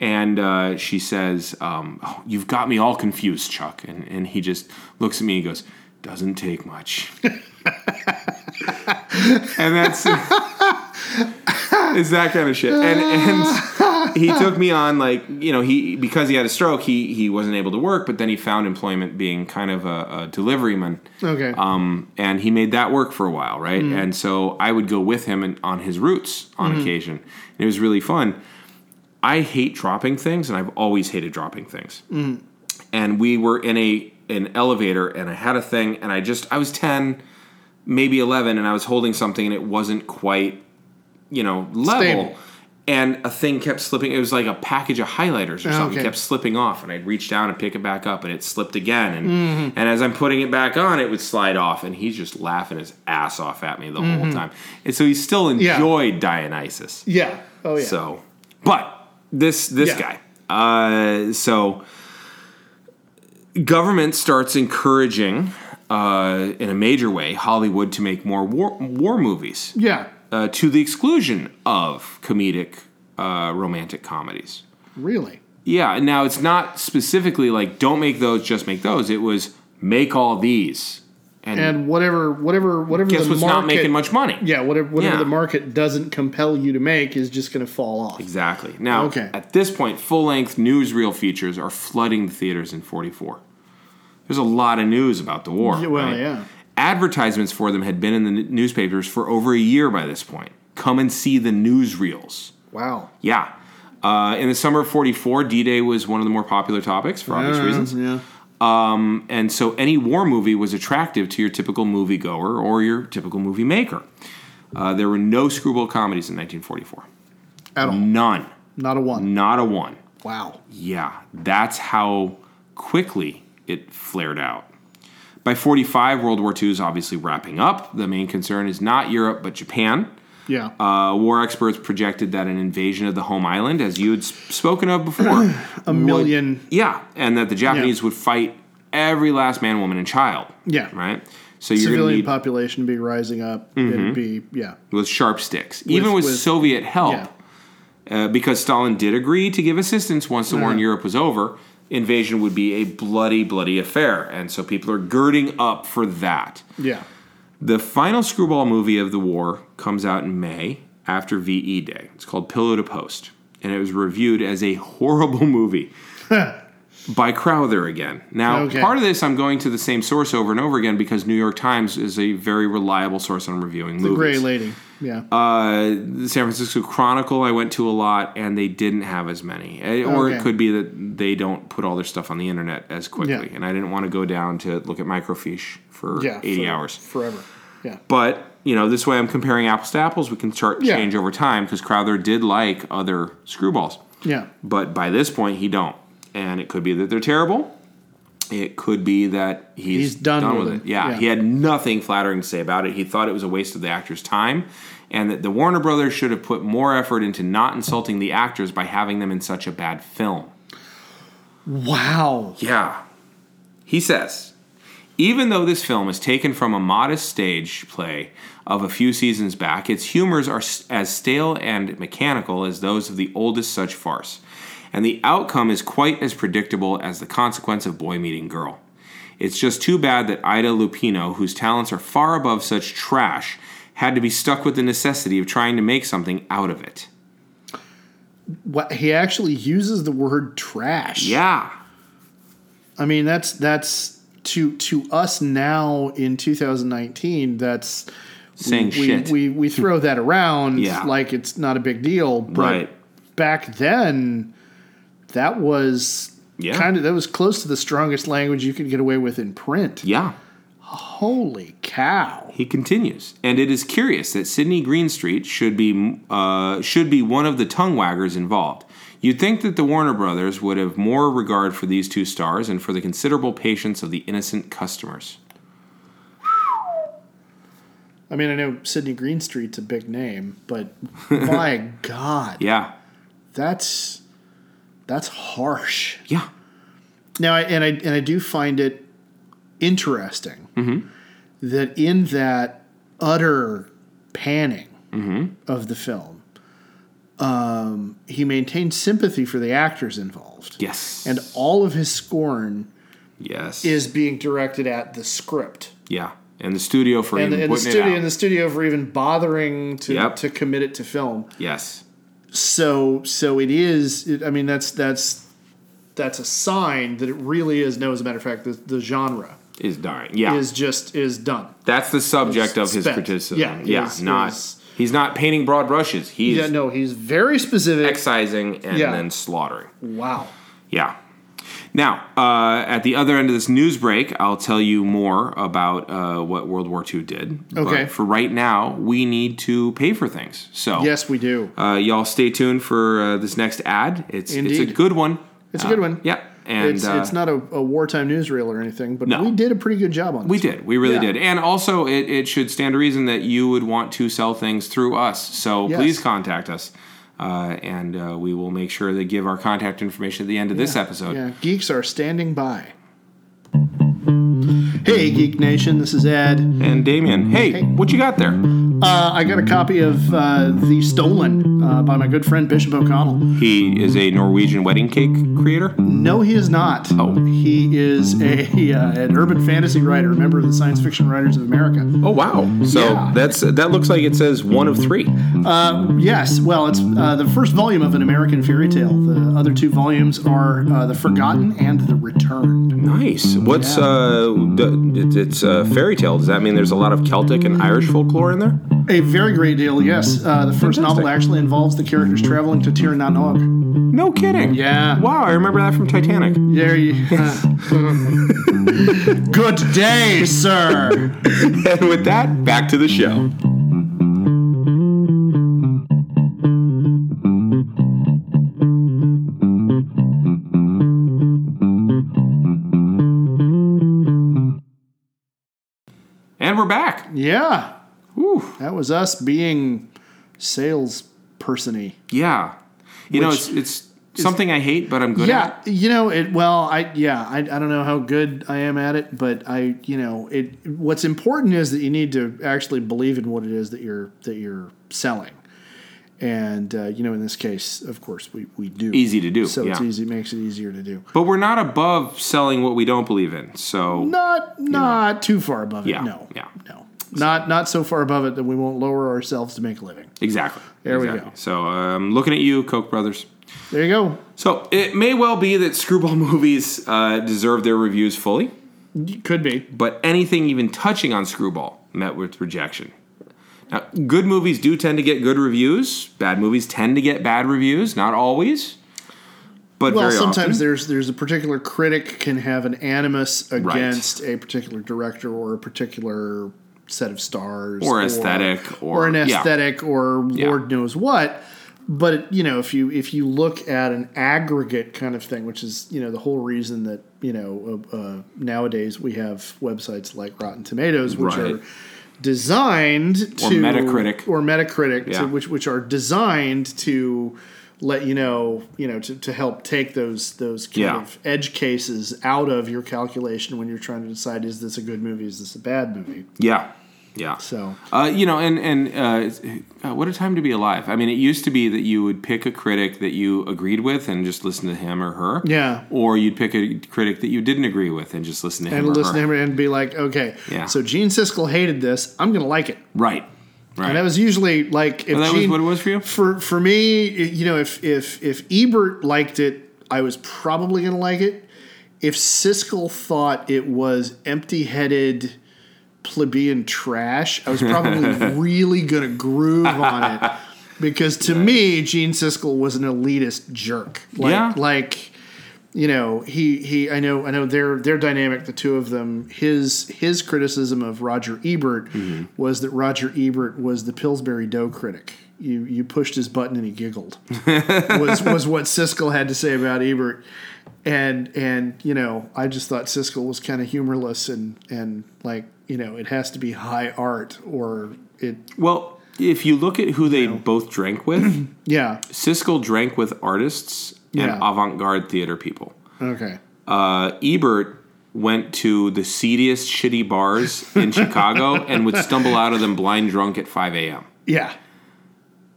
Speaker 1: And uh, she says, um, oh, "You've got me all confused, Chuck." And and he just looks at me and goes, "Doesn't take much." and that's it's that kind of shit. And and he took me on like you know he because he had a stroke he he wasn't able to work, but then he found employment being kind of a, a deliveryman.
Speaker 2: okay. Mm.
Speaker 1: Um, and he made that work for a while, right? And so I would go with him and, on his routes on
Speaker 2: Mm-hmm.
Speaker 1: occasion. And it was really fun. I hate dropping things, and I've always hated dropping things.
Speaker 2: Mm.
Speaker 1: And we were in a an elevator, and I had a thing, and I just I was ten, maybe eleven, and I was holding something, and it wasn't quite, you know, level.
Speaker 2: Stable.
Speaker 1: And a thing kept slipping. It was like a package of highlighters or something
Speaker 2: Oh, okay.
Speaker 1: kept slipping off, and I'd reach down and pick it back up, and it slipped again. And
Speaker 2: Mm-hmm.
Speaker 1: and as I'm putting it back on, it would slide off, and he's just laughing his ass off at me the whole time. And so he still
Speaker 2: Mm-hmm. Yeah.
Speaker 1: enjoyed Dionysus.
Speaker 2: yeah. Oh yeah.
Speaker 1: So, but this this
Speaker 2: Yeah.
Speaker 1: guy. Uh, so government starts encouraging uh, in a major way Hollywood to make more war, war movies
Speaker 2: yeah.
Speaker 1: uh, to the exclusion of comedic uh, romantic comedies.
Speaker 2: Really.
Speaker 1: Yeah, and now it's not specifically like don't make those, just make those. It was make all these. And,
Speaker 2: And whatever whatever whatever
Speaker 1: guess
Speaker 2: the
Speaker 1: what's
Speaker 2: market
Speaker 1: not making much money?
Speaker 2: Yeah, whatever whatever
Speaker 1: Yeah.
Speaker 2: the market doesn't compel you to make is just going to fall off.
Speaker 1: Exactly. Now,
Speaker 2: Okay.
Speaker 1: at this point, full length newsreel features are flooding the theaters in 44. there's a lot of news about the war.
Speaker 2: Yeah, well,
Speaker 1: right?
Speaker 2: yeah.
Speaker 1: Advertisements for them had been in the n- newspapers for over a year by this point. Come and see the newsreels.
Speaker 2: Wow.
Speaker 1: Yeah. Uh, in the summer of 44, D Day was one of the more popular topics for obvious
Speaker 2: Yeah,
Speaker 1: reasons.
Speaker 2: Yeah.
Speaker 1: And so any war movie was attractive to your typical moviegoer or your typical movie maker. Uh, there were no screwball comedies in 1944.
Speaker 2: At all.
Speaker 1: None.
Speaker 2: Not a one.
Speaker 1: Not a one.
Speaker 2: Wow.
Speaker 1: Yeah, that's how quickly it flared out. By 45, World War II is obviously wrapping up. The main concern is not Europe, but Japan.
Speaker 2: Yeah.
Speaker 1: Uh, war experts projected that an invasion of the home island, as you had s- spoken of before,
Speaker 2: a million.
Speaker 1: yeah, and that the Japanese would fight every last man, woman, and child.
Speaker 2: Yeah.
Speaker 1: Right? So you're going to
Speaker 2: Civilian
Speaker 1: need Mm-hmm.
Speaker 2: population be rising up. It'd be yeah.
Speaker 1: with sharp sticks, even with,
Speaker 2: with-
Speaker 1: Soviet help,
Speaker 2: Yeah.
Speaker 1: uh, because Stalin did agree to give assistance once the war in Europe was over. Invasion would be a bloody, bloody affair, and so people are girding up for that.
Speaker 2: Yeah.
Speaker 1: The final screwball movie of the war comes out in May after VE Day. It's called Pillow to Post, and it was reviewed as a horrible movie by Crowther again. Now,
Speaker 2: Okay.
Speaker 1: part of this I'm going to the same source over and over again because New York Times is a very reliable source on reviewing movies.
Speaker 2: Gray lady. Yeah.
Speaker 1: Uh, the San Francisco Chronicle I went to a lot, and they didn't have as many. Eh, Or it
Speaker 2: Okay.
Speaker 1: could be that they don't put all their stuff on the internet as quickly.
Speaker 2: Yeah.
Speaker 1: And I didn't want to go down to look at microfiche for
Speaker 2: yeah.
Speaker 1: 80
Speaker 2: for-
Speaker 1: hours.
Speaker 2: Forever. Yeah.
Speaker 1: But you know, this way I'm comparing apples to apples. We can start
Speaker 2: Yeah.
Speaker 1: change over time because Crowther did like other screwballs,
Speaker 2: Yeah.
Speaker 1: but by this point he don't. And it could be that they're terrible. It could be that he's,
Speaker 2: He's done with
Speaker 1: it.
Speaker 2: it.
Speaker 1: Yeah,
Speaker 2: Yeah.
Speaker 1: he had nothing flattering to say about it. He thought it was a waste of the actor's time, and that the Warner Brothers should have put more effort into not insulting the actors by having them in such a bad film.
Speaker 2: Wow.
Speaker 1: Yeah. He says, even though this film is taken from a modest stage play of a few seasons back, its humors are s- as stale and mechanical as those of the oldest such farce, and the outcome is quite as predictable as the consequence of boy meeting girl. It's just too bad that Ida Lupino, whose talents are far above such trash, had to be stuck with the necessity of trying to make something out of it.
Speaker 2: What he actually uses the word trash.
Speaker 1: Yeah.
Speaker 2: I mean that's that's to to us now in 2019 that's
Speaker 1: Saying
Speaker 2: we,
Speaker 1: shit.
Speaker 2: We, we throw that around
Speaker 1: Yeah.
Speaker 2: like it's not a big deal, but
Speaker 1: Right.
Speaker 2: back then that was
Speaker 1: Yeah.
Speaker 2: kind of that was close to the strongest language you could get away with in print.
Speaker 1: Yeah.
Speaker 2: Holy cow.
Speaker 1: He continues, and it is curious that Sidney Greenstreet should be uh, should be one of the tongue waggers involved. You'd think that the Warner Brothers would have more regard for these two stars and for the considerable patience of the innocent customers.
Speaker 2: I mean, I know Sidney Greenstreet's a big name, but my god,
Speaker 1: Yeah,
Speaker 2: that's that's harsh.
Speaker 1: yeah,
Speaker 2: Now, I, and I and I do find it interesting
Speaker 1: Mm-hmm.
Speaker 2: that in that utter panning
Speaker 1: Mm-hmm.
Speaker 2: of the film, um, he maintained sympathy for the actors involved,
Speaker 1: yes,
Speaker 2: and all of his scorn
Speaker 1: yes,
Speaker 2: is being directed at the script
Speaker 1: yeah, and the studio for
Speaker 2: and,
Speaker 1: even
Speaker 2: the, and the
Speaker 1: putting
Speaker 2: studio
Speaker 1: it out.
Speaker 2: and the studio for even bothering to
Speaker 1: Yep.
Speaker 2: to commit it to film.
Speaker 1: yes,
Speaker 2: So so it is. It, I mean, that's that's that's a sign that it really is. No, as a matter of fact, the, the genre.
Speaker 1: is dying. Yeah,
Speaker 2: is just is done.
Speaker 1: that's the subject of his
Speaker 2: spent.
Speaker 1: criticism.
Speaker 2: Yeah,
Speaker 1: Yeah,
Speaker 2: is-
Speaker 1: not
Speaker 2: is-
Speaker 1: he's not painting broad brushes. He's
Speaker 2: Yeah, no, he's very specific.
Speaker 1: excising and
Speaker 2: Yeah.
Speaker 1: then slaughtering.
Speaker 2: wow.
Speaker 1: Yeah. Now, uh, at the other end of this news break, I'll tell you more about uh, what World War II did.
Speaker 2: Okay.
Speaker 1: But for right now, we need to pay for things. So,
Speaker 2: Yes, we do.
Speaker 1: uh, y'all stay tuned for uh, this next ad. It's it's a
Speaker 2: Indeed.
Speaker 1: good one.
Speaker 2: It's a good one.
Speaker 1: Uh, Yeah. And
Speaker 2: it's,
Speaker 1: uh,
Speaker 2: it's not a, a wartime newsreel or anything, but
Speaker 1: No.
Speaker 2: we did a pretty good job on
Speaker 1: we
Speaker 2: this.
Speaker 1: did. We really
Speaker 2: Yeah.
Speaker 1: did. And also, it, it should stand to reason that you would want to sell things through us. So
Speaker 2: Yes.
Speaker 1: please contact us. Uh, and uh, we will make sure to give our contact information at the end of this episode.
Speaker 2: Yeah, geeks are standing by. Hey, Geek Nation, this is Ed.
Speaker 1: And Damien, hey, what you got there?
Speaker 2: Uh, I got a copy of uh, The Stolen uh, by my good friend Bishop O'Connell.
Speaker 1: He is a Norwegian wedding cake creator.
Speaker 2: No, he is not.
Speaker 1: Oh.
Speaker 2: He is a uh, an urban fantasy writer, a member of the Science Fiction Writers of America.
Speaker 1: Oh wow! So
Speaker 2: Yeah.
Speaker 1: that's that looks like it says one of three.
Speaker 2: Uh, yes, well, it's uh, the first volume of an American fairy tale. The other two volumes are uh, The Forgotten and The Return.
Speaker 1: Nice. What's uh? The, it, it's a fairy tale. Does that mean there's a lot of Celtic and Irish folklore in there?
Speaker 2: A very great deal, yes. Uh, the first novel actually involves the characters traveling to Tir na Nog.
Speaker 1: No kidding.
Speaker 2: Yeah.
Speaker 1: Wow, I remember that from Titanic.
Speaker 2: There you. Good day, sir.
Speaker 1: And with that, back to the show. And we're back.
Speaker 2: yeah,
Speaker 1: Whew.
Speaker 2: that was us being salespersony.
Speaker 1: Yeah. You know, it's, it's something I hate, but I'm good at.
Speaker 2: Yeah, you know it. Well, I yeah, I, I don't know how good I am at it, but I you know it. What's important is that you need to actually believe in what it is that you're that you're selling, and uh, you know in this case, of course, we we do
Speaker 1: Easy to do,
Speaker 2: So it's
Speaker 1: yeah.
Speaker 2: easy, makes it easier to do.
Speaker 1: But we're not above selling what we don't believe in. So,
Speaker 2: Not not too far above it.
Speaker 1: Yeah,
Speaker 2: No.
Speaker 1: yeah.
Speaker 2: No. Not not so far above it that we won't lower ourselves to make a living.
Speaker 1: exactly.
Speaker 2: There we
Speaker 1: Exactly.
Speaker 2: go.
Speaker 1: So, I'm looking at you, Koch brothers.
Speaker 2: There you go.
Speaker 1: So, it may well be that screwball movies uh, deserve their reviews fully.
Speaker 2: Could be.
Speaker 1: but anything even touching on Screwball met with rejection. Now, good movies do tend to get good reviews. Bad movies tend to get bad reviews, not always, but
Speaker 2: Well,
Speaker 1: very
Speaker 2: sometimes
Speaker 1: often.
Speaker 2: there's there's a particular critic can have an animus against a particular director or a particular set of stars
Speaker 1: Or aesthetic, or-
Speaker 2: an
Speaker 1: yeah.
Speaker 2: aesthetic or lord knows what. But you know, if you if you look at an aggregate kind of thing, which is you know the whole reason that you know uh, uh, nowadays we have websites like Rotten Tomatoes, which
Speaker 1: Right.
Speaker 2: are designed
Speaker 1: Or
Speaker 2: to
Speaker 1: Metacritic.
Speaker 2: or Metacritic,
Speaker 1: Yeah.
Speaker 2: to, which which are designed to let you know, you know, to, to help take those those kind
Speaker 1: Yeah.
Speaker 2: of edge cases out of your calculation when you're trying to decide is this a good movie, is this a bad movie?
Speaker 1: yeah, yeah.
Speaker 2: So
Speaker 1: Uh, you know, and and uh, it's- uh, what a time to be alive. I mean, it used to be that you would pick a critic that you agreed with and just listen to him or her.
Speaker 2: Yeah.
Speaker 1: Or you'd pick a critic that you didn't agree with and just listen to him
Speaker 2: and
Speaker 1: or
Speaker 2: listen to
Speaker 1: her.
Speaker 2: him and be like, okay,
Speaker 1: Yeah.
Speaker 2: so Gene Siskel hated this, I'm gonna like it.
Speaker 1: Right. Right.
Speaker 2: And that was usually like if
Speaker 1: And that was
Speaker 2: Gene-
Speaker 1: what it was for you.
Speaker 2: for for me, you know, if if if Ebert liked it, I was probably going to like it. If Siskel thought it was empty-headed plebeian trash, I was probably really going to groove on it because to me, Gene Siskel was an elitist jerk. Like,
Speaker 1: Yeah.
Speaker 2: like you know, he he. I know I know their their dynamic, the two of them. His his criticism of Roger Ebert was that Roger Ebert was the Pillsbury Dough critic. You you pushed his button and he giggled. was was what Siskel had to say about Ebert. And and you know, I just thought Siskel was kind of humorless and and like you know, it has to be high art or it.
Speaker 1: Well, if you look at who they both drank with,
Speaker 2: Yeah.
Speaker 1: Siskel drank with artists
Speaker 2: Yeah.
Speaker 1: and avant garde theater people.
Speaker 2: Okay.
Speaker 1: Uh, Ebert went to the seediest, shitty bars in Chicago and would stumble out of them blind drunk at 5 a.m.
Speaker 2: Yeah.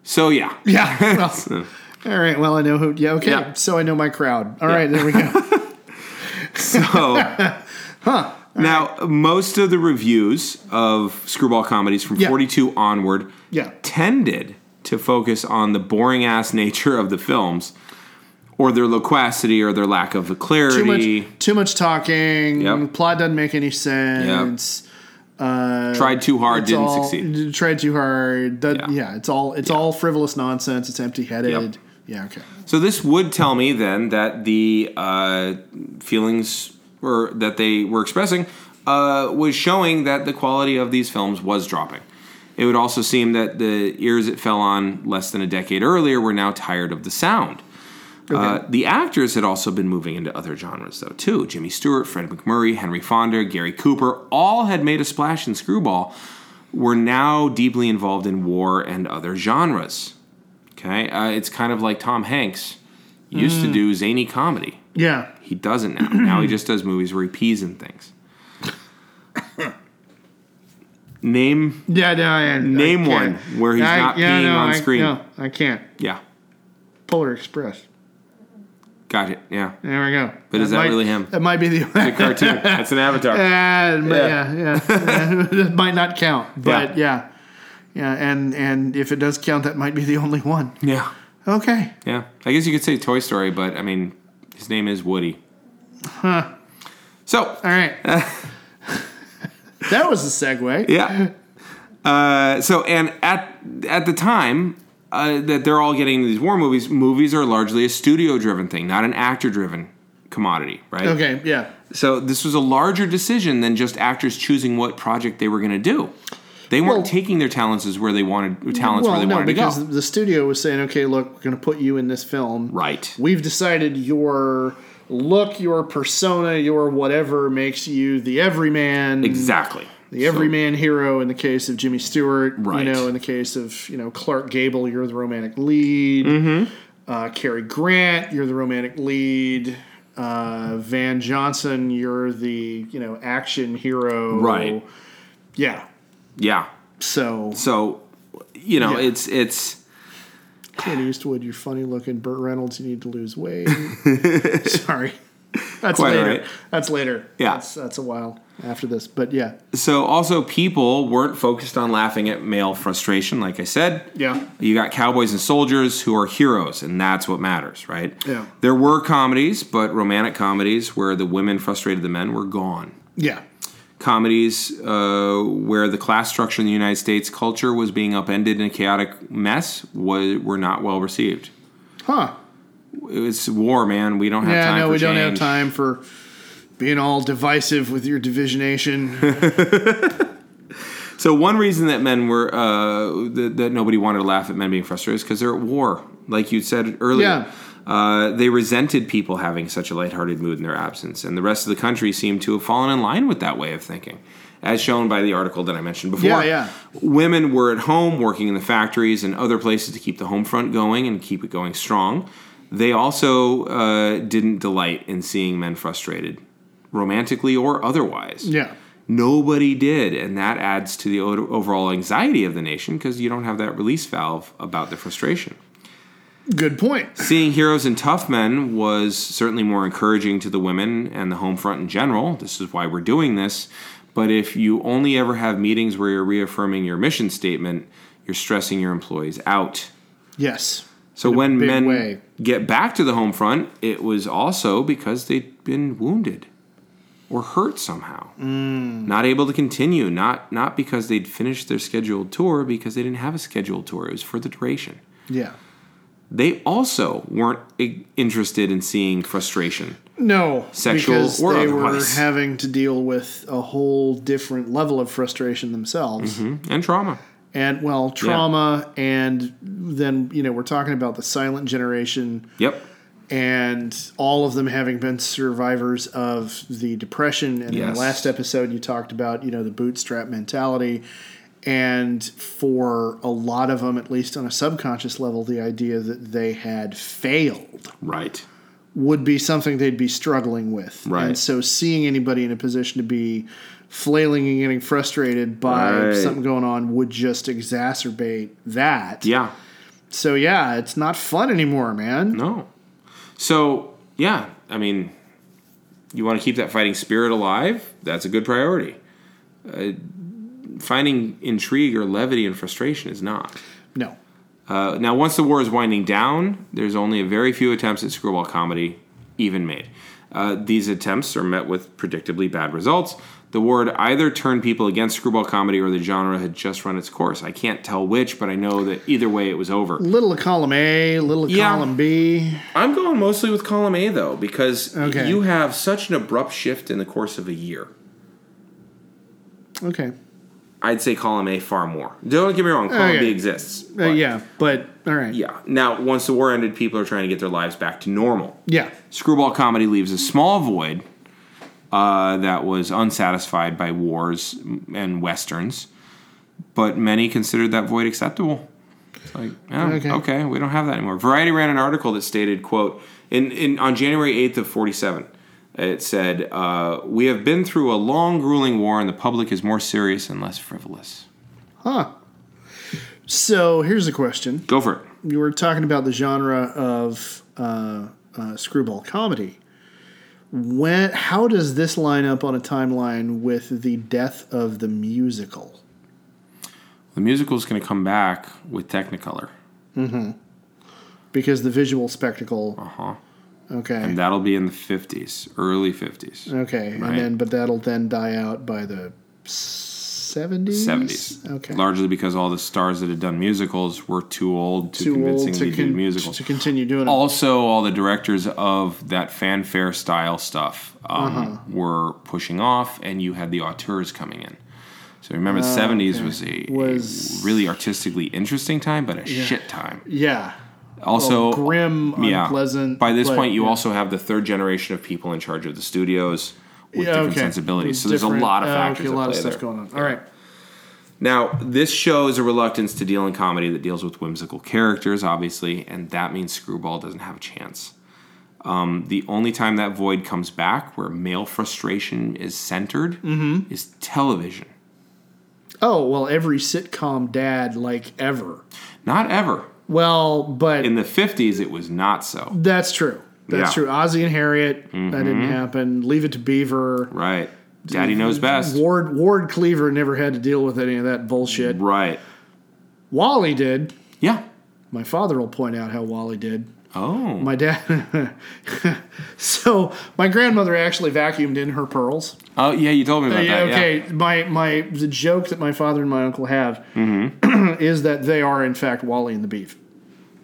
Speaker 1: So, yeah.
Speaker 2: Yeah. Well, all right. Well, I know who. Yeah. Okay.
Speaker 1: Yeah.
Speaker 2: So I know my crowd. All right. There we go.
Speaker 1: So, now, most of the reviews of screwball comedies from
Speaker 2: Yeah.
Speaker 1: 42 onward
Speaker 2: Yeah.
Speaker 1: tended to focus on the boring ass nature of the films or their loquacity or their lack of
Speaker 2: Too
Speaker 1: clarity.
Speaker 2: much. Too much talking.
Speaker 1: Yep.
Speaker 2: Plot doesn't make any sense.
Speaker 1: Tried too hard,
Speaker 2: uh, It's
Speaker 1: didn't
Speaker 2: all-
Speaker 1: succeed.
Speaker 2: d- Tried too hard. doesn't-
Speaker 1: Yeah.
Speaker 2: yeah. It's all. It's all frivolous nonsense. It's empty headed. Yeah. Okay.
Speaker 1: So this would tell me then that the uh, feelings were that they were expressing uh, was showing that the quality of these films was dropping. It would also seem that the ears it fell on less than a decade earlier were now tired of the sound. Uh, the actors had also been moving into other genres, though, too. Jimmy Stewart, Fred McMurray, Henry Fonda, Gary Cooper all had made a splash in Screwball, were now deeply involved in war and other genres. Okay, uh, it's kind of like Tom Hanks used to do zany comedy.
Speaker 2: Yeah.
Speaker 1: He doesn't now. now he just does movies where he pees in things. Name
Speaker 2: Yeah, no, I,
Speaker 1: Name
Speaker 2: I can't.
Speaker 1: one where he's
Speaker 2: I-
Speaker 1: not
Speaker 2: yeah,
Speaker 1: peeing
Speaker 2: no,
Speaker 1: on
Speaker 2: I,
Speaker 1: screen.
Speaker 2: No, I can't.
Speaker 1: Yeah,
Speaker 2: Polar Express.
Speaker 1: got it. Yeah,
Speaker 2: There we go.
Speaker 1: But is that
Speaker 2: might-
Speaker 1: really him?
Speaker 2: That might be the
Speaker 1: the cartoon. That's an avatar.
Speaker 2: yeah,
Speaker 1: Yeah.
Speaker 2: yeah, yeah. that might not count, but yeah. yeah. and and if it does count, that might be the only one.
Speaker 1: Yeah,
Speaker 2: Okay.
Speaker 1: yeah. I guess you could say Toy Story, but I mean, his name is Woody. Huh. So
Speaker 2: All right. that was a segue.
Speaker 1: yeah. Uh, so and at at the time uh, that they're all getting these war movies, movies are largely a studio driven thing, not an actor driven commodity, right?
Speaker 2: Okay, yeah.
Speaker 1: So this was a larger decision than just actors choosing what project they were going to do. They weren't
Speaker 2: Well-
Speaker 1: taking their talents as where they wanted talents where
Speaker 2: Well,
Speaker 1: they
Speaker 2: no,
Speaker 1: wanted to
Speaker 2: because
Speaker 1: go.
Speaker 2: the studio was saying, okay, look, we're going to put you in this film.
Speaker 1: Right.
Speaker 2: We've decided your look, your persona, your whatever makes you the everyman.
Speaker 1: Exactly.
Speaker 2: The everyman hero in the case of Jimmy Stewart.
Speaker 1: Right.
Speaker 2: You know, in the case of, you know, Clark Gable, you're the romantic lead.
Speaker 1: Mm-hmm.
Speaker 2: Uh, Cary Grant, you're the romantic lead. Uh, Van Johnson, you're the, you know, action hero.
Speaker 1: Right.
Speaker 2: Yeah.
Speaker 1: Yeah.
Speaker 2: So,
Speaker 1: So, you know,
Speaker 2: Yeah.
Speaker 1: it's it's
Speaker 2: Clint Eastwood, you're funny looking. Burt Reynolds, you need to lose weight. Sorry. That's
Speaker 1: Quite all
Speaker 2: later.
Speaker 1: right.
Speaker 2: That's later.
Speaker 1: Yeah.
Speaker 2: That's, that's a while after this. But yeah.
Speaker 1: so also people weren't focused on laughing at male frustration like I said.
Speaker 2: Yeah.
Speaker 1: You got cowboys and soldiers who are heroes, and that's what matters, right?
Speaker 2: Yeah.
Speaker 1: There were comedies, but romantic comedies where the women frustrated the men were gone.
Speaker 2: Yeah.
Speaker 1: comedies uh, where the class structure in the United States culture was being upended in a chaotic mess was, were not well received.
Speaker 2: Huh.
Speaker 1: It's war, man. We don't have
Speaker 2: Yeah,
Speaker 1: time.
Speaker 2: no,
Speaker 1: for
Speaker 2: we don't have
Speaker 1: change.
Speaker 2: time for being all divisive with your divisionation.
Speaker 1: So one reason that men were uh, that, that nobody wanted to laugh at men being frustrated is because they're at war, like you said earlier.
Speaker 2: Yeah.
Speaker 1: Uh, they resented people having such a lighthearted mood in their absence, and the rest of the country seemed to have fallen in line with that way of thinking, as shown by the article that I mentioned before.
Speaker 2: Yeah, yeah.
Speaker 1: Women were at home working in the factories and other places to keep the home front going and keep it going strong. They also uh, didn't delight in seeing men frustrated, romantically or otherwise.
Speaker 2: yeah.
Speaker 1: Nobody did, and that adds to the o- overall anxiety of the nation because you don't have that release valve about the frustration.
Speaker 2: Good point.
Speaker 1: Seeing heroes and tough men was certainly more encouraging to the women and the home front in general. This is why we're doing this. But if you only ever have meetings where you're reaffirming your mission statement, you're stressing your employees out.
Speaker 2: Yes.
Speaker 1: So when
Speaker 2: big
Speaker 1: men
Speaker 2: way.
Speaker 1: get back to the home front, it was also because they'd been wounded or hurt somehow,
Speaker 2: Mm.
Speaker 1: not able to continue. Not not because they'd finished their scheduled tour, because they didn't have a scheduled tour. It was for the duration.
Speaker 2: Yeah.
Speaker 1: They also weren't i- interested in seeing frustration.
Speaker 2: No,
Speaker 1: Sexual
Speaker 2: because
Speaker 1: or
Speaker 2: they
Speaker 1: otherwise.
Speaker 2: were having to deal with a whole different level of frustration themselves.
Speaker 1: Hmm? and trauma.
Speaker 2: and well trauma and then you know we're talking about the silent generation
Speaker 1: Yep.
Speaker 2: and all of them having been survivors of the depression and in
Speaker 1: Yes.
Speaker 2: the last episode you talked about you know the bootstrap mentality and for a lot of them at least on a subconscious level the idea that they had failed
Speaker 1: Right.
Speaker 2: would be something they'd be struggling with.
Speaker 1: Right.
Speaker 2: And so seeing anybody in a position to be flailing and getting frustrated by
Speaker 1: Right.
Speaker 2: something going on would just exacerbate that.
Speaker 1: Yeah.
Speaker 2: So yeah, it's not fun anymore, man.
Speaker 1: No. So yeah, I mean, you want to keep that fighting spirit alive. That's a good priority. Uh, finding intrigue or levity and frustration is not.
Speaker 2: No.
Speaker 1: Uh, now, once the war is winding down, there's only a very few attempts at screwball comedy even made. Uh, these attempts are met with predictably bad results. The war had either turned people against screwball comedy or the genre had just run its course. I can't tell which, but I know that either way it was over.
Speaker 2: Little of column A, little of
Speaker 1: Yeah.
Speaker 2: column B.
Speaker 1: I'm going mostly with column A though, because
Speaker 2: Okay.
Speaker 1: you have such an abrupt shift in the course of a year.
Speaker 2: Okay. Uh,
Speaker 1: I'd say column A far more. Don't get me wrong, column
Speaker 2: Okay.
Speaker 1: B exists.
Speaker 2: Uh,
Speaker 1: but-
Speaker 2: yeah, but all right.
Speaker 1: Yeah. Now, once the war ended, people are trying to get their lives back to normal.
Speaker 2: Yeah.
Speaker 1: Screwball comedy leaves a small void uh, that was unsatisfied by wars and westerns, but many considered that void acceptable. It's like, yeah, okay.
Speaker 2: Okay.
Speaker 1: we don't have that anymore. Variety ran an article that stated, "quote in, in on January eighth of forty seven, It said, uh, We have been through a long, grueling war, and the public is more serious and less frivolous.
Speaker 2: Huh. So here's a question.
Speaker 1: Go for it.
Speaker 2: You were talking about the genre of uh, uh, screwball comedy. When, how does this line up on a timeline with the death of the musical?
Speaker 1: The musical is going to come back with Technicolor,
Speaker 2: Because the visual spectacle.
Speaker 1: uh-huh.
Speaker 2: Okay.
Speaker 1: and that'll be in the 50s, early 50s.
Speaker 2: okay.
Speaker 1: right.
Speaker 2: And then, but that'll then die out by the 70s?
Speaker 1: 70s.
Speaker 2: Okay.
Speaker 1: Largely because all the stars that had done musicals were too old to
Speaker 2: Too old
Speaker 1: convincingly
Speaker 2: to,
Speaker 1: do
Speaker 2: con-
Speaker 1: musicals.
Speaker 2: to continue doing it.
Speaker 1: also, all the directors of that fanfare style stuff um,
Speaker 2: Uh-huh.
Speaker 1: were pushing off, and you had the auteurs coming in. So remember, the 70s was a, a
Speaker 2: Uh, Was-
Speaker 1: really artistically interesting time, but a shit time.
Speaker 2: yeah.
Speaker 1: Also,
Speaker 2: Grim,
Speaker 1: yeah.
Speaker 2: unpleasant.
Speaker 1: By this
Speaker 2: but-
Speaker 1: point, you
Speaker 2: yeah.
Speaker 1: also have the third generation of people in charge of the studios with
Speaker 2: Yeah,
Speaker 1: different
Speaker 2: okay.
Speaker 1: sensibilities. So there's
Speaker 2: Different-
Speaker 1: a lot of
Speaker 2: uh,
Speaker 1: factors.
Speaker 2: Okay, a
Speaker 1: at
Speaker 2: lot of
Speaker 1: play
Speaker 2: stuff
Speaker 1: there.
Speaker 2: going on. All right.
Speaker 1: Now, this shows a reluctance to deal in comedy that deals with whimsical characters, obviously, and that means Screwball doesn't have a chance. Um, the only time that void comes back, where male frustration is centered,
Speaker 2: Mm-hmm.
Speaker 1: is television.
Speaker 2: Oh well, every sitcom dad like ever.
Speaker 1: Not ever.
Speaker 2: Well, but
Speaker 1: In the 50s, it was not so.
Speaker 2: that's true. That's
Speaker 1: Yeah. Mm-hmm.
Speaker 2: true. Ozzy and Harriet. That didn't happen. Leave it to Beaver.
Speaker 1: Right.
Speaker 2: Mm-hmm.
Speaker 1: Daddy knows best.
Speaker 2: Ward Ward Cleaver never had to deal with any of that bullshit.
Speaker 1: Right. Mm-hmm.
Speaker 2: Wally did.
Speaker 1: Yeah.
Speaker 2: My father will point out how Wally did.
Speaker 1: Oh.
Speaker 2: My dad. so my grandmother actually vacuumed in her pearls.
Speaker 1: Oh, yeah, you told me about
Speaker 2: yeah,
Speaker 1: that. yeah.
Speaker 2: okay. My my the joke that my father and my uncle have is that they are in fact Wally and the Beef.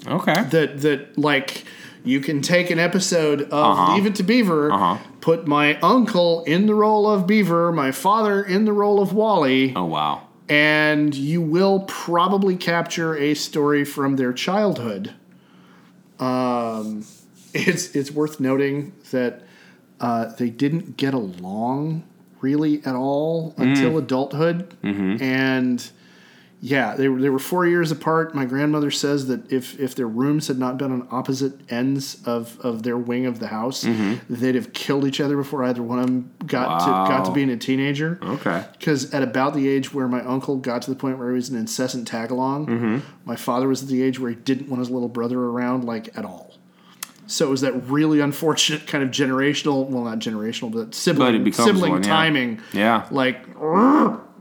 Speaker 1: Okay.
Speaker 2: that that like you can take an episode of Leave It to Beaver,
Speaker 1: Uh-huh.
Speaker 2: put my uncle in the role of Beaver, my father in the role of Wally,
Speaker 1: Oh, wow.
Speaker 2: and you will probably capture a story from their childhood. Um, it's it's worth noting that uh, they didn't get along really at all until adulthood, and yeah, they were they were four years apart. My grandmother says that if if their rooms had not been on opposite ends of of their wing of the house, they'd have killed each other before either one of them got to got to
Speaker 1: Wow.
Speaker 2: being a teenager
Speaker 1: Okay.
Speaker 2: because at about the age where my uncle got to the point where he was an incessant tag along,
Speaker 1: Mm-hmm.
Speaker 2: my father was at the age where he didn't want his little brother around like at all. So it was that really unfortunate kind of generational, well, not generational, but
Speaker 1: But
Speaker 2: sibling
Speaker 1: it becomes
Speaker 2: sibling
Speaker 1: one, yeah.
Speaker 2: timing.
Speaker 1: Yeah.
Speaker 2: Like,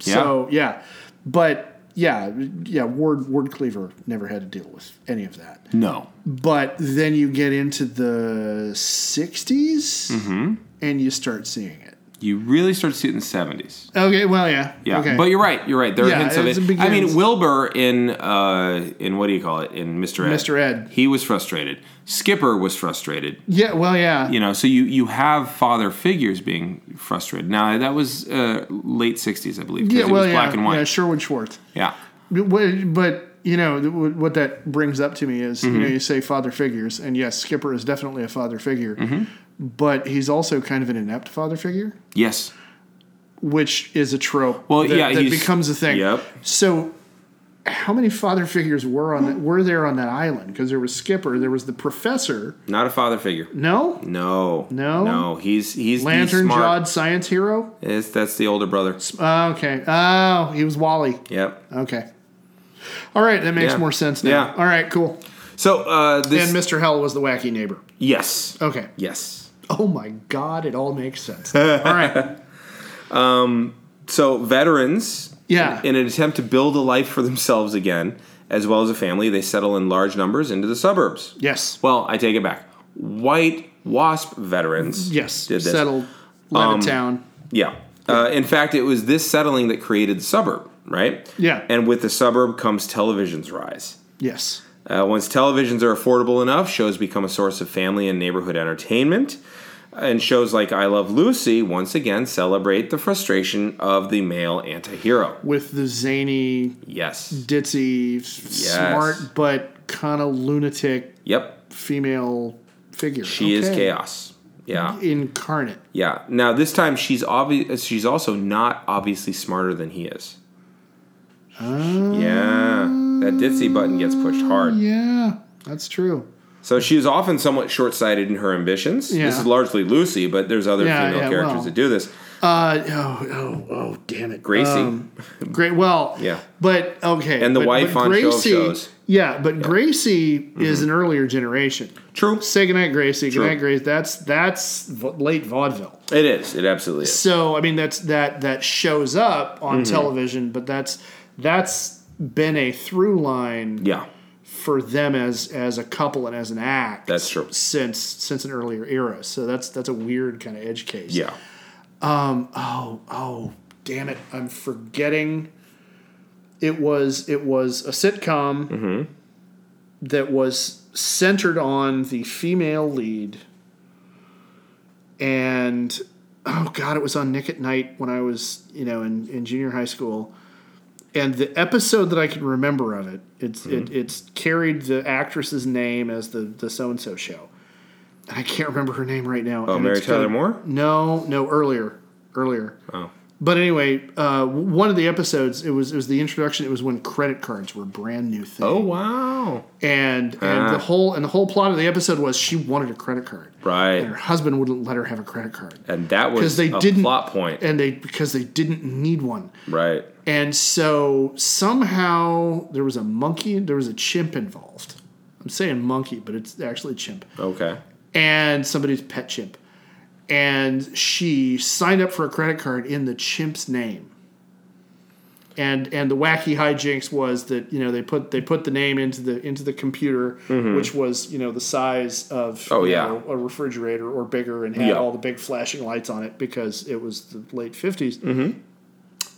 Speaker 2: so yeah, but yeah, yeah. Ward Ward Cleaver never had to deal with any of that.
Speaker 1: No.
Speaker 2: But then you get into the '60s,
Speaker 1: Mm-hmm.
Speaker 2: and you start seeing it.
Speaker 1: You really start to see it in the 70s.
Speaker 2: Okay, well, yeah,
Speaker 1: Yeah,
Speaker 2: okay.
Speaker 1: but you're right. You're right. There are
Speaker 2: Yeah,
Speaker 1: hints of
Speaker 2: as
Speaker 1: it.
Speaker 2: it
Speaker 1: I mean,
Speaker 2: begins-
Speaker 1: Wilbur in uh, in what do you call it? In Mr. Ed.
Speaker 2: Mr. Ed.
Speaker 1: He was frustrated. Skipper was frustrated.
Speaker 2: yeah, well, yeah,
Speaker 1: You know, so you you have father figures being frustrated. Now that was uh, late '60s, I believe. 'cause
Speaker 2: Yeah,
Speaker 1: it
Speaker 2: well,
Speaker 1: was
Speaker 2: yeah,
Speaker 1: black and
Speaker 2: Yeah,
Speaker 1: white.
Speaker 2: Sherwood Schwartz.
Speaker 1: Yeah.
Speaker 2: But, what- but, you know th- what what that brings up to me is you know
Speaker 1: Mm-hmm.
Speaker 2: you say father figures, and yes, Skipper is definitely a father figure,
Speaker 1: Mm-hmm.
Speaker 2: but he's also kind of an inept father figure,
Speaker 1: Yes.
Speaker 2: which is a trope.
Speaker 1: Well,
Speaker 2: that,
Speaker 1: yeah,
Speaker 2: that
Speaker 1: he's-
Speaker 2: becomes a thing.
Speaker 1: yep.
Speaker 2: So. How many father figures were on that, were there on that island? Because there was Skipper, there was the professor.
Speaker 1: Not a father figure.
Speaker 2: No,
Speaker 1: No.
Speaker 2: No?
Speaker 1: No. He's he's the
Speaker 2: lantern
Speaker 1: smart-
Speaker 2: jawed science hero.
Speaker 1: It's, that's the older brother.
Speaker 2: Oh, okay. Oh, he was Wally.
Speaker 1: Yep.
Speaker 2: Okay. All right, that makes
Speaker 1: Yeah.
Speaker 2: more sense now.
Speaker 1: Yeah.
Speaker 2: All right, cool.
Speaker 1: So uh, this.
Speaker 2: And Mr. Hell was the wacky neighbor.
Speaker 1: yes.
Speaker 2: Okay.
Speaker 1: Yes.
Speaker 2: Oh my God, it all makes sense. all right.
Speaker 1: So veterans,
Speaker 2: Yeah.
Speaker 1: in an attempt to build a life for themselves again, as well as a family, they settle in large numbers into the suburbs.
Speaker 2: Yes.
Speaker 1: Well, I take it back. White WASP veterans,
Speaker 2: Yes.
Speaker 1: did this. Um,
Speaker 2: Settled Levittown.
Speaker 1: Yeah. Uh, in fact, it was this settling that created the suburb, right?
Speaker 2: Yeah.
Speaker 1: And with the suburb comes television's rise.
Speaker 2: yes.
Speaker 1: Uh, once televisions are affordable enough, shows become a source of family and neighborhood entertainment. And shows like I Love Lucy once again celebrate the frustration of the male antihero.
Speaker 2: With the zany, Mm.
Speaker 1: Yes.
Speaker 2: ditzy, f- smart but kind of lunatic
Speaker 1: Yep.
Speaker 2: female figure.
Speaker 1: She is
Speaker 2: Okay.
Speaker 1: chaos. Yeah,
Speaker 2: Incarnate.
Speaker 1: yeah. Now this time she's obvious. She's also not obviously smarter than he is.
Speaker 2: Um,
Speaker 1: yeah, that ditzy button gets pushed hard.
Speaker 2: Yeah, that's true.
Speaker 1: So she is often somewhat short sighted in her ambitions.
Speaker 2: Yeah.
Speaker 1: This is largely Lucy, but there's other
Speaker 2: Yeah,
Speaker 1: female
Speaker 2: yeah,
Speaker 1: characters
Speaker 2: well.
Speaker 1: that do this.
Speaker 2: Uh, oh, oh, oh, damn it.
Speaker 1: Gracie.
Speaker 2: Um, Great. Well,
Speaker 1: Yeah.
Speaker 2: But okay.
Speaker 1: And the
Speaker 2: but-
Speaker 1: wife
Speaker 2: but
Speaker 1: on Show of Shows. Mm-hmm.
Speaker 2: Yeah, but Gracie is an earlier generation.
Speaker 1: True.
Speaker 2: Say goodnight, Gracie.
Speaker 1: True.
Speaker 2: Goodnight, Gracie. That's that's v- late vaudeville.
Speaker 1: It is. It absolutely is.
Speaker 2: So I mean, that's that that shows up on
Speaker 1: Mm-hmm.
Speaker 2: television, but that's that's been a through line
Speaker 1: Yeah.
Speaker 2: for them as as a couple and as an act.
Speaker 1: That's true.
Speaker 2: Since since an earlier era. So that's that's a weird kind of edge case.
Speaker 1: Yeah.
Speaker 2: Oh, oh, damn it! I'm forgetting. It was it was a sitcom
Speaker 1: Mm-hmm.
Speaker 2: that was centered on the female lead, and oh god, it was on Nick at Night when I was you know in, in junior high school, and the episode that I can remember of it, it's
Speaker 1: Mm-hmm.
Speaker 2: it, it's carried the actress's name as the the so and so show, and I can't remember her name right now.
Speaker 1: Oh,
Speaker 2: and
Speaker 1: Mary
Speaker 2: it's got
Speaker 1: Tyler
Speaker 2: a-
Speaker 1: Moore?
Speaker 2: no, no, earlier, earlier.
Speaker 1: Oh.
Speaker 2: But anyway, uh, w- one of the episodes, it was it was the introduction. It was when credit cards were a brand new thing.
Speaker 1: Oh, wow.
Speaker 2: and and
Speaker 1: Ah.
Speaker 2: the whole and the whole plot of the episode was she wanted a credit card, and
Speaker 1: Right.
Speaker 2: her husband wouldn't let her have a credit card,
Speaker 1: And that
Speaker 2: 'Cause
Speaker 1: was
Speaker 2: they
Speaker 1: a
Speaker 2: didn't-
Speaker 1: plot point.
Speaker 2: and they because they didn't need one,
Speaker 1: Right.
Speaker 2: and so somehow there was a monkey, there was a chimp involved. I'm saying monkey, but it's actually chimp.
Speaker 1: Okay.
Speaker 2: and somebody's pet chimp. And she signed up for a credit card in the chimp's name. And and the wacky hijinks was that, you know, they put they put the name into the into the computer, which was, you know, the size of
Speaker 1: Mm-hmm. Oh,
Speaker 2: you
Speaker 1: yeah.
Speaker 2: know, a refrigerator or bigger and had
Speaker 1: Yeah.
Speaker 2: all the big flashing lights on it because it was the late 50s
Speaker 1: Mm-hmm.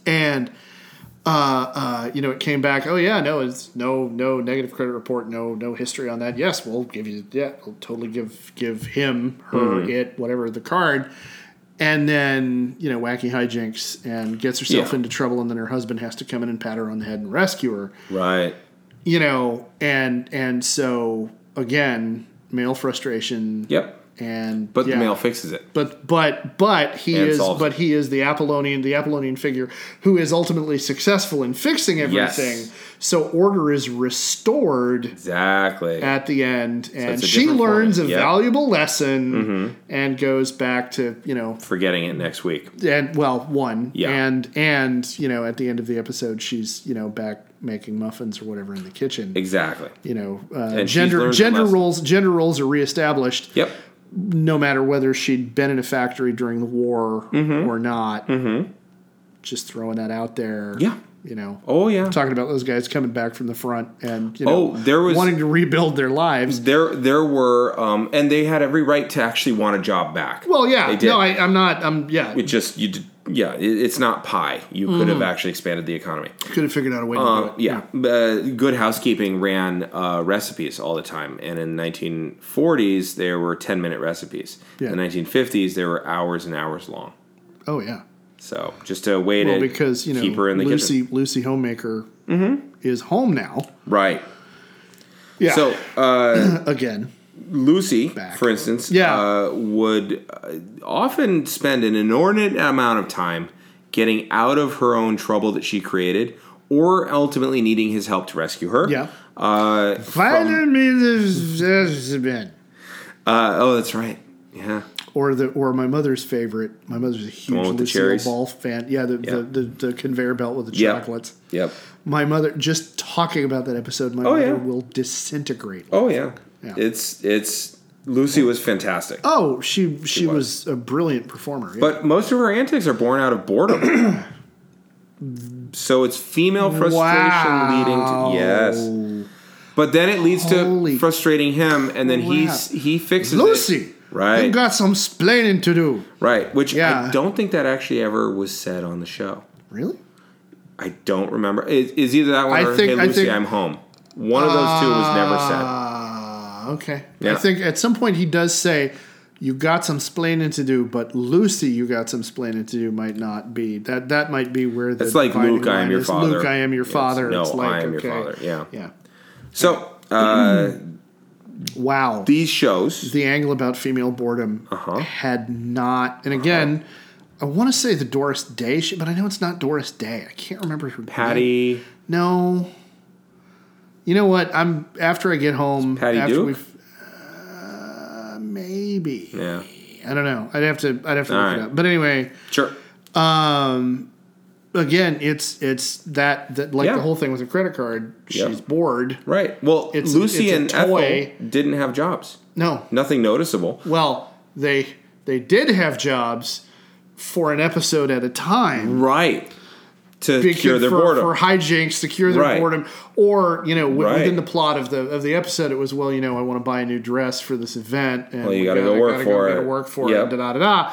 Speaker 2: And uh, you know, it came back. Oh yeah, no, it's no, no negative credit report, no, no history on that. Yes, we'll give you. Yeah, we'll totally give give him, her,
Speaker 1: Hmm.
Speaker 2: it, whatever the card. And then you know, wacky hijinks and gets herself
Speaker 1: Yeah.
Speaker 2: into trouble, and then her husband has to come in and pat her on the head and rescue her.
Speaker 1: Right.
Speaker 2: You know, and and so again, male frustration.
Speaker 1: Yep.
Speaker 2: And
Speaker 1: But
Speaker 2: yeah.
Speaker 1: the male fixes it.
Speaker 2: But but but he
Speaker 1: And
Speaker 2: is
Speaker 1: solves
Speaker 2: but he is the Apollonian the Apollonian figure who is ultimately successful in fixing
Speaker 1: Yes.
Speaker 2: everything. So order is restored
Speaker 1: Exactly.
Speaker 2: at the end, and
Speaker 1: it's a
Speaker 2: she
Speaker 1: different Mm-hmm.
Speaker 2: learns a
Speaker 1: format, yeah.
Speaker 2: valuable lesson and goes back to you know
Speaker 1: Forgetting it next week.
Speaker 2: and well one
Speaker 1: Yeah.
Speaker 2: and and you know at the end of the episode she's you know back making muffins or whatever in the kitchen.
Speaker 1: Exactly.
Speaker 2: You know, uh,
Speaker 1: And she's
Speaker 2: gender
Speaker 1: learned her
Speaker 2: gender
Speaker 1: lesson.
Speaker 2: roles gender roles are reestablished
Speaker 1: Yep.
Speaker 2: no matter whether she'd been in a factory during the war
Speaker 1: Mm-hmm.
Speaker 2: or not. Just throwing that out there.
Speaker 1: Yeah.
Speaker 2: You know,
Speaker 1: Oh, yeah.
Speaker 2: talking about those guys coming back from the front and, you know,
Speaker 1: Oh, there was.
Speaker 2: wanting to rebuild their lives.
Speaker 1: There, there were, um, and they had every right to actually want a job back.
Speaker 2: Well, yeah.
Speaker 1: They did.
Speaker 2: No, I, I'm not. I'm, yeah.
Speaker 1: It just you, d- yeah, it, it's not pie. You could
Speaker 2: Mm.
Speaker 1: have actually expanded the economy.
Speaker 2: Could have figured out a way to do
Speaker 1: Um,
Speaker 2: it.
Speaker 1: yeah, Uh, Good Housekeeping ran uh, recipes all the time, and in the 1940s there were 10 minute recipes.
Speaker 2: Yeah.
Speaker 1: In the 1950s there were hours and hours long.
Speaker 2: Oh, yeah.
Speaker 1: So just a way
Speaker 2: Well,
Speaker 1: to
Speaker 2: because, you know,
Speaker 1: keep her in the
Speaker 2: Lucy,
Speaker 1: kitchen. Mm-hmm.
Speaker 2: Lucy Homemaker is home now.
Speaker 1: Right.
Speaker 2: Yeah.
Speaker 1: So uh,
Speaker 2: again.
Speaker 1: Lucy,
Speaker 2: Back.
Speaker 1: for instance,
Speaker 2: Yeah.
Speaker 1: uh, would uh, often spend an inordinate amount of time getting out of her own trouble that she created, or ultimately needing his help to rescue her.
Speaker 2: Yeah.
Speaker 1: Uh,
Speaker 2: Vitamin is- has been.
Speaker 1: uh, oh, that's right. Yeah.
Speaker 2: or the or my mother's favorite. My mother's a huge
Speaker 1: one with the
Speaker 2: Lucille
Speaker 1: cherries?
Speaker 2: Ball fan. Yeah, the,
Speaker 1: Yeah.
Speaker 2: The, the the conveyor belt with the
Speaker 1: Yep.
Speaker 2: chocolates.
Speaker 1: Yep.
Speaker 2: My mother just talking about that episode. My
Speaker 1: Oh,
Speaker 2: mother
Speaker 1: yeah.
Speaker 2: will disintegrate.
Speaker 1: Oh yeah.
Speaker 2: Yeah.
Speaker 1: It's it's Lucy was fantastic.
Speaker 2: Oh, she she, was.
Speaker 1: was.
Speaker 2: a brilliant performer. yeah.
Speaker 1: But most of her antics are born out of boredom. so it's female frustration leading to yes. But then it leads
Speaker 2: Holy
Speaker 1: to frustrating him and then he
Speaker 2: crap.
Speaker 1: s- he fixes it.
Speaker 2: Lucy,
Speaker 1: Right.
Speaker 2: you got some splaining to do.
Speaker 1: Right, which
Speaker 2: Yeah.
Speaker 1: I don't think that actually ever was said on the show.
Speaker 2: Really?
Speaker 1: I don't remember. Is, is either that one
Speaker 2: I
Speaker 1: or
Speaker 2: think-
Speaker 1: Hey
Speaker 2: I
Speaker 1: Lucy,
Speaker 2: think-
Speaker 1: I'm home. One of those two was never said.
Speaker 2: Ah, okay. I
Speaker 1: Yeah.
Speaker 2: think at some point he does say. You got some splaining to do, but Lucy, you got some splaining to do might not be that. That might be where the
Speaker 1: It's like
Speaker 2: dividing
Speaker 1: Luke, I am
Speaker 2: line
Speaker 1: your
Speaker 2: is.
Speaker 1: father.
Speaker 2: Luke, I am your
Speaker 1: Yes.
Speaker 2: father.
Speaker 1: No,
Speaker 2: it's like,
Speaker 1: I am your
Speaker 2: okay.
Speaker 1: father. Yeah.
Speaker 2: Yeah.
Speaker 1: So, uh,
Speaker 2: Wow. The,
Speaker 1: these shows
Speaker 2: angle about female boredom
Speaker 1: Uh-huh.
Speaker 2: had not, and again, I want to say the Doris Day, sh- but I know it's not Doris Day. I can't remember her. name.
Speaker 1: Patty
Speaker 2: No. You know what? I'm after I get home.
Speaker 1: Patty
Speaker 2: after
Speaker 1: Duke?
Speaker 2: we've- uh, Maybe.
Speaker 1: Yeah.
Speaker 2: I don't know. I'd have to. I'd have to
Speaker 1: All
Speaker 2: look it
Speaker 1: right.
Speaker 2: up. But anyway,
Speaker 1: Sure.
Speaker 2: again, it's it's that that like
Speaker 1: Yeah.
Speaker 2: the whole thing with a credit card. She's
Speaker 1: Yeah.
Speaker 2: bored.
Speaker 1: Right. Well,
Speaker 2: It's-
Speaker 1: Lucy
Speaker 2: it's a
Speaker 1: and
Speaker 2: toy.
Speaker 1: Ethel didn't have jobs.
Speaker 2: No.
Speaker 1: Nothing noticeable.
Speaker 2: Well, they they did have jobs for an episode at a time.
Speaker 1: Right. To
Speaker 2: Big
Speaker 1: cure
Speaker 2: kid
Speaker 1: their
Speaker 2: for,
Speaker 1: boredom.
Speaker 2: for hijinks to cure their
Speaker 1: Right.
Speaker 2: boredom, or you know, wi-
Speaker 1: Right.
Speaker 2: within the plot of the of the episode, it was well, you know, I want to buy a new dress for this event, and
Speaker 1: Well, you
Speaker 2: we
Speaker 1: gotta go work for
Speaker 2: gotta
Speaker 1: it.
Speaker 2: work for
Speaker 1: Yep.
Speaker 2: it, da da da. da.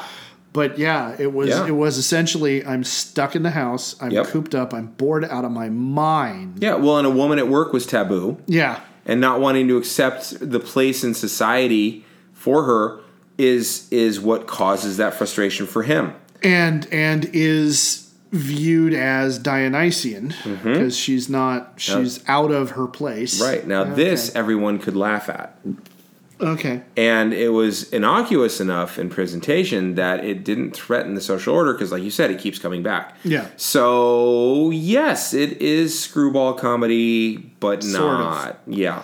Speaker 2: But yeah, it was
Speaker 1: Yeah.
Speaker 2: it was essentially I'm stuck in the house, I'm
Speaker 1: Yep.
Speaker 2: cooped up, I'm bored out of my mind.
Speaker 1: yeah. Well, and a woman at work was taboo,
Speaker 2: Yeah,
Speaker 1: and not wanting to accept the place in society for her is is what causes that frustration for him.
Speaker 2: and and is viewed as Dionysian because she's not she's out of her place.
Speaker 1: Mm-hmm. Right. Now, this everyone could laugh at.
Speaker 2: Okay.
Speaker 1: And it was innocuous enough in presentation that it didn't threaten the social order because, like you said, it keeps coming back.
Speaker 2: Yeah.
Speaker 1: So, yes, it is screwball comedy, but
Speaker 2: Sort of.
Speaker 1: not. Yeah.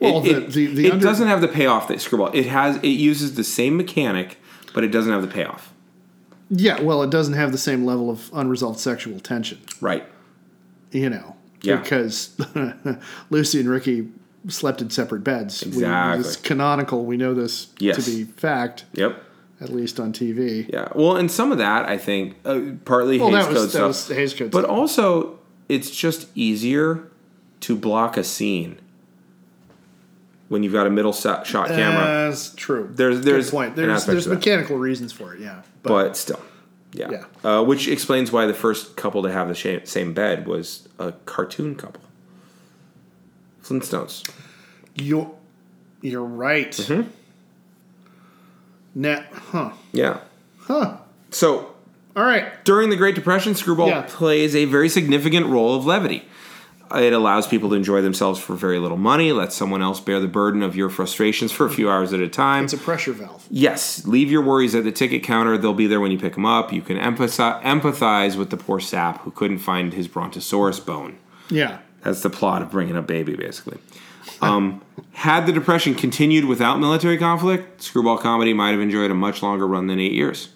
Speaker 2: Well,
Speaker 1: it,
Speaker 2: the-
Speaker 1: it-
Speaker 2: the- the
Speaker 1: it
Speaker 2: under-
Speaker 1: doesn't have the payoff that screwball. It has. It uses the same mechanic, but it doesn't have the payoff.
Speaker 2: Yeah, well, it doesn't have the same level of unresolved sexual tension.
Speaker 1: Right.
Speaker 2: you know,
Speaker 1: Yeah.
Speaker 2: because Lucy and Ricky slept in separate beds. We-
Speaker 1: Exactly.
Speaker 2: it's canonical. We know this
Speaker 1: Yes.
Speaker 2: to be fact,
Speaker 1: Yep.
Speaker 2: at least on TV.
Speaker 1: Yeah. Well, and some of that I think uh, partly
Speaker 2: Well,
Speaker 1: Hays
Speaker 2: that was
Speaker 1: Code
Speaker 2: that
Speaker 1: stuff,
Speaker 2: was Hayes Code.
Speaker 1: but
Speaker 2: stuff.
Speaker 1: also it's just easier to block a scene when you've got a middle so- shot camera.
Speaker 2: that's true.
Speaker 1: There's-
Speaker 2: Good
Speaker 1: there's
Speaker 2: point.
Speaker 1: an
Speaker 2: There's
Speaker 1: aspect
Speaker 2: there's
Speaker 1: to that.
Speaker 2: mechanical reasons for it. Yeah,
Speaker 1: but still, yeah. Uh, which explains why the first couple to have the sha- same bed was a cartoon couple. Flintstones.
Speaker 2: you're you're right.
Speaker 1: Mm-hmm.
Speaker 2: Now, huh?
Speaker 1: Yeah.
Speaker 2: Huh.
Speaker 1: So
Speaker 2: All right.
Speaker 1: During the Great Depression, screwball
Speaker 2: Yeah.
Speaker 1: plays a very significant role of levity. It allows people to enjoy themselves for very little money, lets someone else bear the burden of your frustrations for a few hours at a time.
Speaker 2: It's a pressure valve.
Speaker 1: yes, leave your worries at the ticket counter. They'll be there when you pick them up. You can empathize, empathize with the poor sap who couldn't find his brontosaurus bone.
Speaker 2: Yeah.
Speaker 1: That's the plot of bringing a baby, basically. Um, had the Depression continued without military conflict, screwball comedy might have enjoyed a much longer run than eight years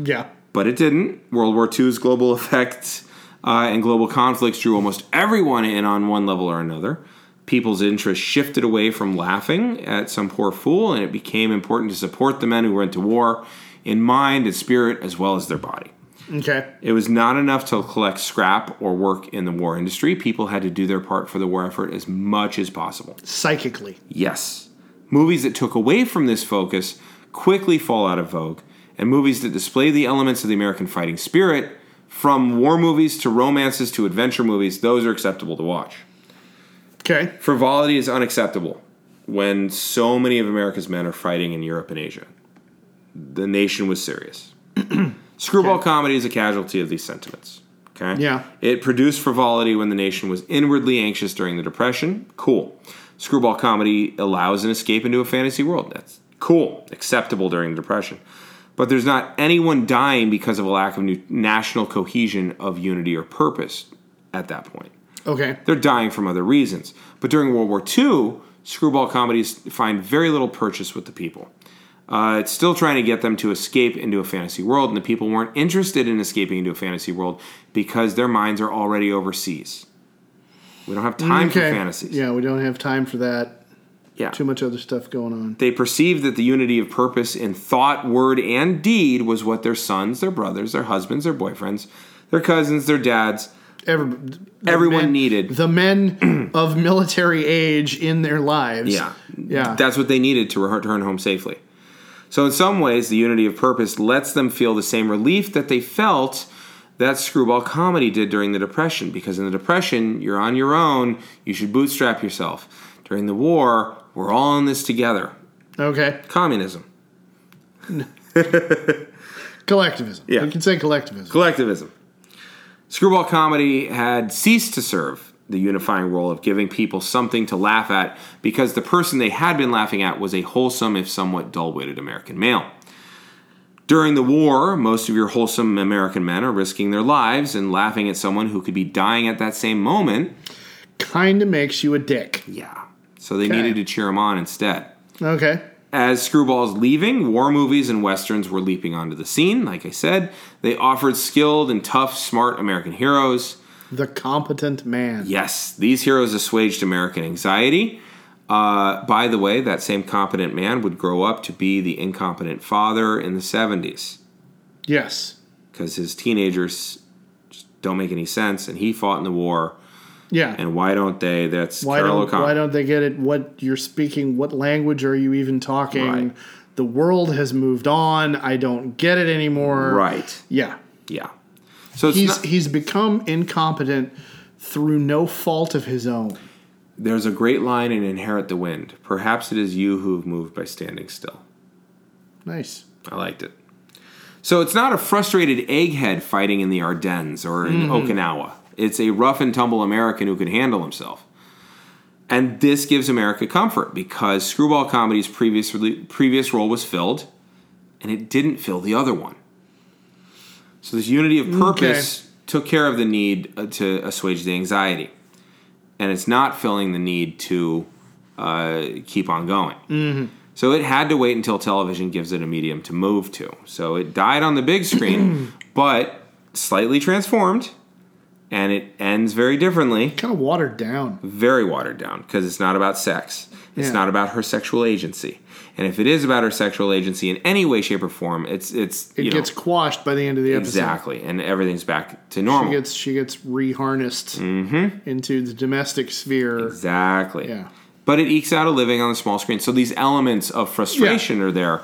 Speaker 2: Yeah.
Speaker 1: but it didn't. World War II's global effects uh, and global conflicts drew almost everyone in on one level or another. People's interest shifted away from laughing at some poor fool, and it became important to support the men who went to war in mind and spirit as well as their body.
Speaker 2: Okay.
Speaker 1: It was not enough to collect scrap or work in the war industry. People had to do their part for the war effort as much as possible.
Speaker 2: Psychically.
Speaker 1: Yes. Movies that took away from this focus quickly fall out of vogue, and movies that display the elements of the American fighting spirit, from war movies to romances to adventure movies, those are acceptable to watch.
Speaker 2: Okay.
Speaker 1: Frivolity is unacceptable when so many of America's men are fighting in Europe and Asia. The nation was serious. Screwball
Speaker 2: Okay.
Speaker 1: comedy is a casualty of these sentiments. Okay?
Speaker 2: Yeah.
Speaker 1: It produced frivolity when the nation was inwardly anxious during the Depression. Cool. Screwball comedy allows an escape into a fantasy world. That's cool. Acceptable during the Depression. But there's not anyone dying because of a lack of new national cohesion of unity or purpose at that point
Speaker 2: Okay.
Speaker 1: they're dying from other reasons. But during World War II, screwball comedies find very little purchase with the people. Uh, it's still trying to get them to escape into a fantasy world, and the people weren't interested in escaping into a fantasy world because their minds are already overseas. We don't have time
Speaker 2: okay.
Speaker 1: for fantasies.
Speaker 2: Yeah, we don't have time for that.
Speaker 1: Yeah.
Speaker 2: Too much other stuff going on.
Speaker 1: They perceived that the unity of purpose in thought, word, and deed was what their sons, their brothers, their husbands, their boyfriends, their cousins, their dads,
Speaker 2: Every, the
Speaker 1: Everyone
Speaker 2: men-
Speaker 1: needed.
Speaker 2: the men of military age in their lives.
Speaker 1: Yeah.
Speaker 2: yeah,
Speaker 1: That's what they needed to return home safely. So, in some ways, the unity of purpose lets them feel the same relief that they felt that screwball comedy did during the Depression. Because in the Depression, you're on your own, you should bootstrap yourself. During the war, we're all in this together.
Speaker 2: okay.
Speaker 1: Communism,
Speaker 2: Collectivism.
Speaker 1: Yeah.
Speaker 2: we can say collectivism.
Speaker 1: collectivism. Screwball comedy had ceased to serve the unifying role of giving people something to laugh at because the person they had been laughing at was a wholesome, if somewhat dull witted American male. During the war, most of your wholesome American men are risking their lives and laughing at someone who could be dying at that same moment.
Speaker 2: kind of makes you a dick.
Speaker 1: Yeah. So they
Speaker 2: Okay.
Speaker 1: needed to cheer him on instead.
Speaker 2: Okay,
Speaker 1: As Screwball's leaving, war movies and westerns were leaping onto the scene, like I said. They offered skilled and tough, smart American heroes.
Speaker 2: The competent man.
Speaker 1: Yes, these heroes assuaged American anxiety. Uh, by the way, that same competent man would grow up to be the incompetent father in the 70s
Speaker 2: Yes.
Speaker 1: because his teenagers just don't make any sense and he fought in the war.
Speaker 2: Yeah.
Speaker 1: And why don't they? That's
Speaker 2: why
Speaker 1: Carol
Speaker 2: don't
Speaker 1: O'Connor.
Speaker 2: why don't they get it? What you're speaking? What language are you even talking?
Speaker 1: Right.
Speaker 2: The world has moved on. I don't get it anymore.
Speaker 1: right.
Speaker 2: Yeah.
Speaker 1: Yeah. So it's
Speaker 2: He's
Speaker 1: not-
Speaker 2: he's become incompetent through no fault of his own.
Speaker 1: There's a great line in Inherit the Wind. Perhaps it is you who have moved by standing still.
Speaker 2: Nice.
Speaker 1: I liked it. So it's not a frustrated egghead fighting in the Ardennes or in Okinawa. It's a rough and tumble American who can handle himself. And this gives America comfort because screwball comedy's previous, previous role was filled and it didn't fill the other one. So this unity of purpose took care of the need uh, to assuage the anxiety. And it's not filling the need to uh, keep on going. So it had to wait until television gives it a medium to move to. So it died on the big screen, but slightly transformed, and it ends very differently,
Speaker 2: Kind of watered down.
Speaker 1: very watered down, because it's not about sex. It's
Speaker 2: Yeah.
Speaker 1: not about her sexual agency. And if it is about her sexual agency in any way, shape, or form, it's it's
Speaker 2: It
Speaker 1: you know,
Speaker 2: gets quashed by the end of the episode.
Speaker 1: exactly, and everything's back to
Speaker 2: She
Speaker 1: normal.
Speaker 2: gets she gets reharnessed
Speaker 1: Mm-hmm.
Speaker 2: into the domestic sphere.
Speaker 1: exactly.
Speaker 2: Yeah.
Speaker 1: But it ekes out a living on the small screen. So these elements of frustration are there.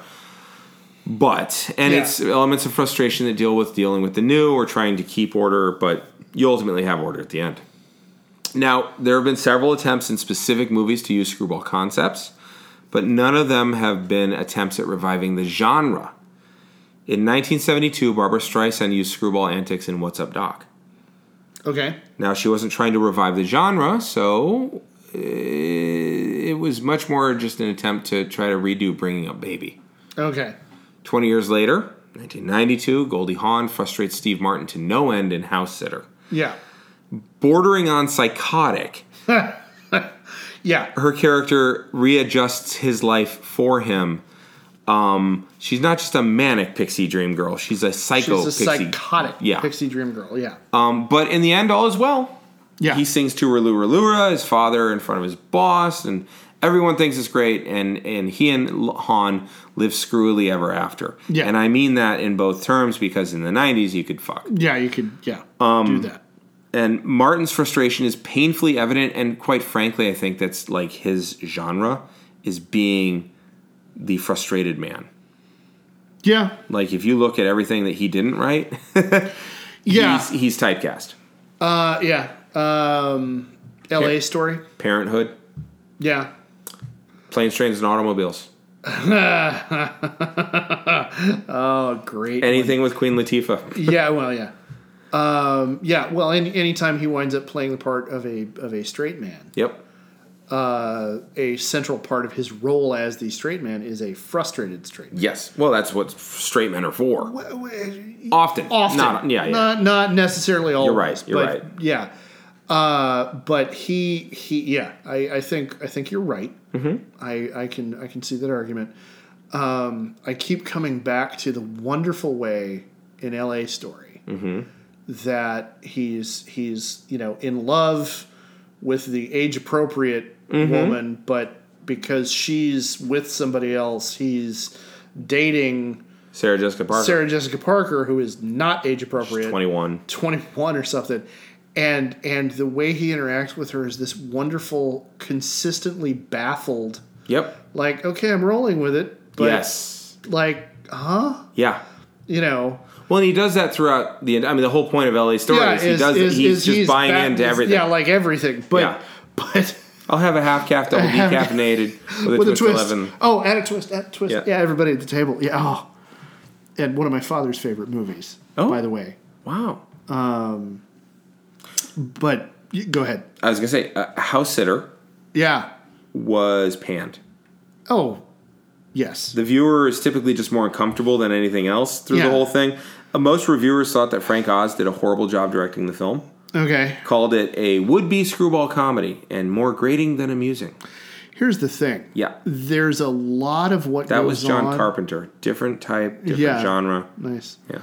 Speaker 1: But and
Speaker 2: Yeah.
Speaker 1: it's elements of frustration that deal with dealing with the new or trying to keep order, but you ultimately have order at the end. Now, there have been several attempts in specific movies to use screwball concepts, but none of them have been attempts at reviving the genre. In 1972, Barbara Streisand used screwball antics in What's Up Doc.
Speaker 2: Okay.
Speaker 1: Now, she wasn't trying to revive the genre, so uh, it was much more just an attempt to try to redo Bringing Up Baby.
Speaker 2: Okay.
Speaker 1: 20 years later, 1992, Goldie Hawn frustrates Steve Martin to no end in House Sitter.
Speaker 2: Yeah.
Speaker 1: Bordering on psychotic,
Speaker 2: Yeah.
Speaker 1: her character readjusts his life for him. Um, she's not just a manic pixie dream girl, she's a psycho
Speaker 2: She's a
Speaker 1: pixie.
Speaker 2: psychotic
Speaker 1: Yeah.
Speaker 2: pixie dream girl. Yeah.
Speaker 1: um, but in the end, all is well.
Speaker 2: yeah.
Speaker 1: He sings to Rulura Lura, his father, in front of his boss, and everyone thinks it's great. And, and he and L- Han live screwily ever after.
Speaker 2: Yeah.
Speaker 1: And I mean that in both terms because in the 90s, you could fuck.
Speaker 2: yeah. You could. Yeah.
Speaker 1: Um,
Speaker 2: do that.
Speaker 1: And Martin's frustration is painfully evident. And quite frankly, I think that's like his genre is being the frustrated man.
Speaker 2: Yeah.
Speaker 1: Like, if you look at everything that he didn't write,
Speaker 2: Yeah.
Speaker 1: he's, he's typecast.
Speaker 2: Uh, yeah. Um, L.A. story.
Speaker 1: Parenthood,
Speaker 2: Yeah.
Speaker 1: planes, trains, and automobiles.
Speaker 2: Oh, great.
Speaker 1: Anything with Queen Latifah.
Speaker 2: yeah. Well, yeah. Um, yeah. Well, any, anytime he winds up playing the part of a of a straight man,
Speaker 1: Yep.
Speaker 2: a central part of his role as the straight man is a frustrated straight. Man.
Speaker 1: Yes. Well, that's what straight men are for.
Speaker 2: Well, well,
Speaker 1: Often.
Speaker 2: Often,
Speaker 1: Not, yeah, yeah.
Speaker 2: not not necessarily all.
Speaker 1: You're right, you're
Speaker 2: but
Speaker 1: right.
Speaker 2: Yeah. Uh, but he he yeah. I, I think I think you're right.
Speaker 1: Mm-hmm.
Speaker 2: I I can I can see that argument. Um, I keep coming back to the wonderful way in L.A. Story
Speaker 1: Mm-hmm.
Speaker 2: that he's he's you know in love with the age appropriate
Speaker 1: Mm-hmm.
Speaker 2: woman, but because she's with somebody else, he's dating
Speaker 1: Sarah Jessica Parker.
Speaker 2: Sarah Jessica Parker, who is not age appropriate.
Speaker 1: 21.
Speaker 2: 21 or something and and the way he interacts with her is this wonderful consistently baffled
Speaker 1: Yep.
Speaker 2: like okay i'm rolling with it but
Speaker 1: yes.
Speaker 2: like huh
Speaker 1: Yeah.
Speaker 2: you know
Speaker 1: Well, and he does that throughout the. I mean, the whole point of LA story
Speaker 2: yeah
Speaker 1: is he does. it. He's just buying
Speaker 2: ba-
Speaker 1: into everything.
Speaker 2: yeah like everything but
Speaker 1: Yeah.
Speaker 2: but
Speaker 1: I'll have a half calf double
Speaker 2: half-
Speaker 1: decaffeinated with a
Speaker 2: with
Speaker 1: twist,
Speaker 2: a twist
Speaker 1: 11.
Speaker 2: oh and a twist and a twist
Speaker 1: Yeah.
Speaker 2: yeah. everybody at the table yeah oh and one of my father's favorite movies
Speaker 1: Oh.
Speaker 2: by the way
Speaker 1: Wow.
Speaker 2: but y- go ahead
Speaker 1: I was going to say, uh, House Sitter
Speaker 2: yeah
Speaker 1: was panned.
Speaker 2: oh yes
Speaker 1: The viewer is typically just more uncomfortable than anything else through the
Speaker 2: Yeah.
Speaker 1: whole thing. Uh, most reviewers thought that Frank Oz did a horrible job directing the film.
Speaker 2: okay
Speaker 1: called it a would-be screwball comedy and more grating than amusing.
Speaker 2: Here's the thing.
Speaker 1: Yeah.
Speaker 2: There's a lot of what
Speaker 1: That
Speaker 2: goes
Speaker 1: was John
Speaker 2: on-
Speaker 1: Carpenter. Different type, different
Speaker 2: Yeah.
Speaker 1: genre.
Speaker 2: Nice.
Speaker 1: Yeah.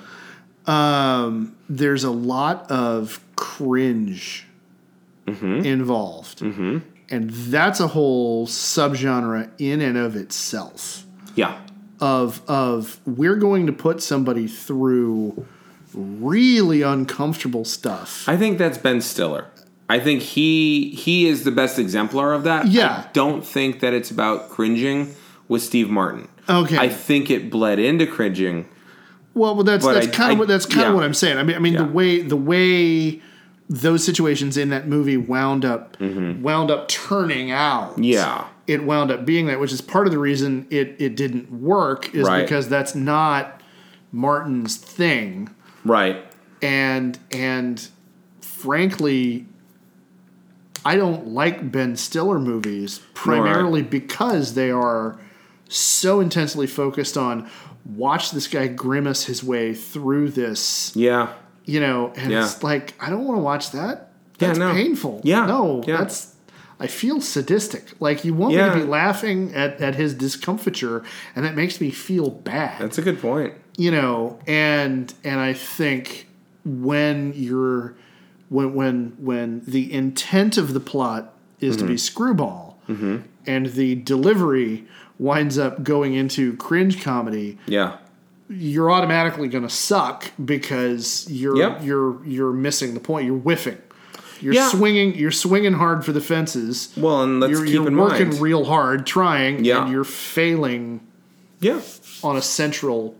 Speaker 2: Um, there's a lot of cringe
Speaker 1: Mm-hmm.
Speaker 2: involved, and that's a whole subgenre in and of itself.
Speaker 1: Yeah.
Speaker 2: Of of we're going to put somebody through really uncomfortable stuff.
Speaker 1: I think that's Ben Stiller. I think he he is the best exemplar of that.
Speaker 2: Yeah.
Speaker 1: I don't think that it's about cringing with Steve Martin.
Speaker 2: Okay.
Speaker 1: I think it bled into cringing.
Speaker 2: Well, well, that's
Speaker 1: But
Speaker 2: that's
Speaker 1: I-
Speaker 2: kind of
Speaker 1: I-
Speaker 2: what that's kind
Speaker 1: yeah.
Speaker 2: of what I'm saying. I mean, I mean
Speaker 1: Yeah.
Speaker 2: the way the way those situations in that movie wound up wound up turning out.
Speaker 1: Mm-hmm. Yeah.
Speaker 2: it wound up being that, which is part of the reason it it didn't work is
Speaker 1: Right.
Speaker 2: because that's not Martin's thing,
Speaker 1: Right.
Speaker 2: and and frankly. I don't like Ben Stiller movies primarily because they are so intensely focused on watch this guy grimace his way through this,
Speaker 1: Yeah.
Speaker 2: you know, and
Speaker 1: Yeah.
Speaker 2: it's like I don't want to watch that.
Speaker 1: Yeah,
Speaker 2: That's
Speaker 1: no.
Speaker 2: painful.
Speaker 1: Yeah,
Speaker 2: No,
Speaker 1: yeah.
Speaker 2: that's I feel sadistic. Like you want me
Speaker 1: Yeah.
Speaker 2: to be laughing at, at his discomfiture and that makes me feel bad.
Speaker 1: That's a good point.
Speaker 2: you know, and and I think when you're when when when the intent of the plot is
Speaker 1: Mm-hmm.
Speaker 2: to be screwball and the delivery winds up going into cringe comedy,
Speaker 1: Yeah.
Speaker 2: you're automatically going to suck because you're
Speaker 1: Yep.
Speaker 2: you're you're missing the point. You're whiffing. You're
Speaker 1: Yeah.
Speaker 2: swinging. You're swinging hard for the fences.
Speaker 1: Well, and let's
Speaker 2: you're
Speaker 1: keep
Speaker 2: you're
Speaker 1: in
Speaker 2: working
Speaker 1: mind.
Speaker 2: real hard, trying,
Speaker 1: Yeah.
Speaker 2: and you're failing
Speaker 1: yeah.
Speaker 2: on a central,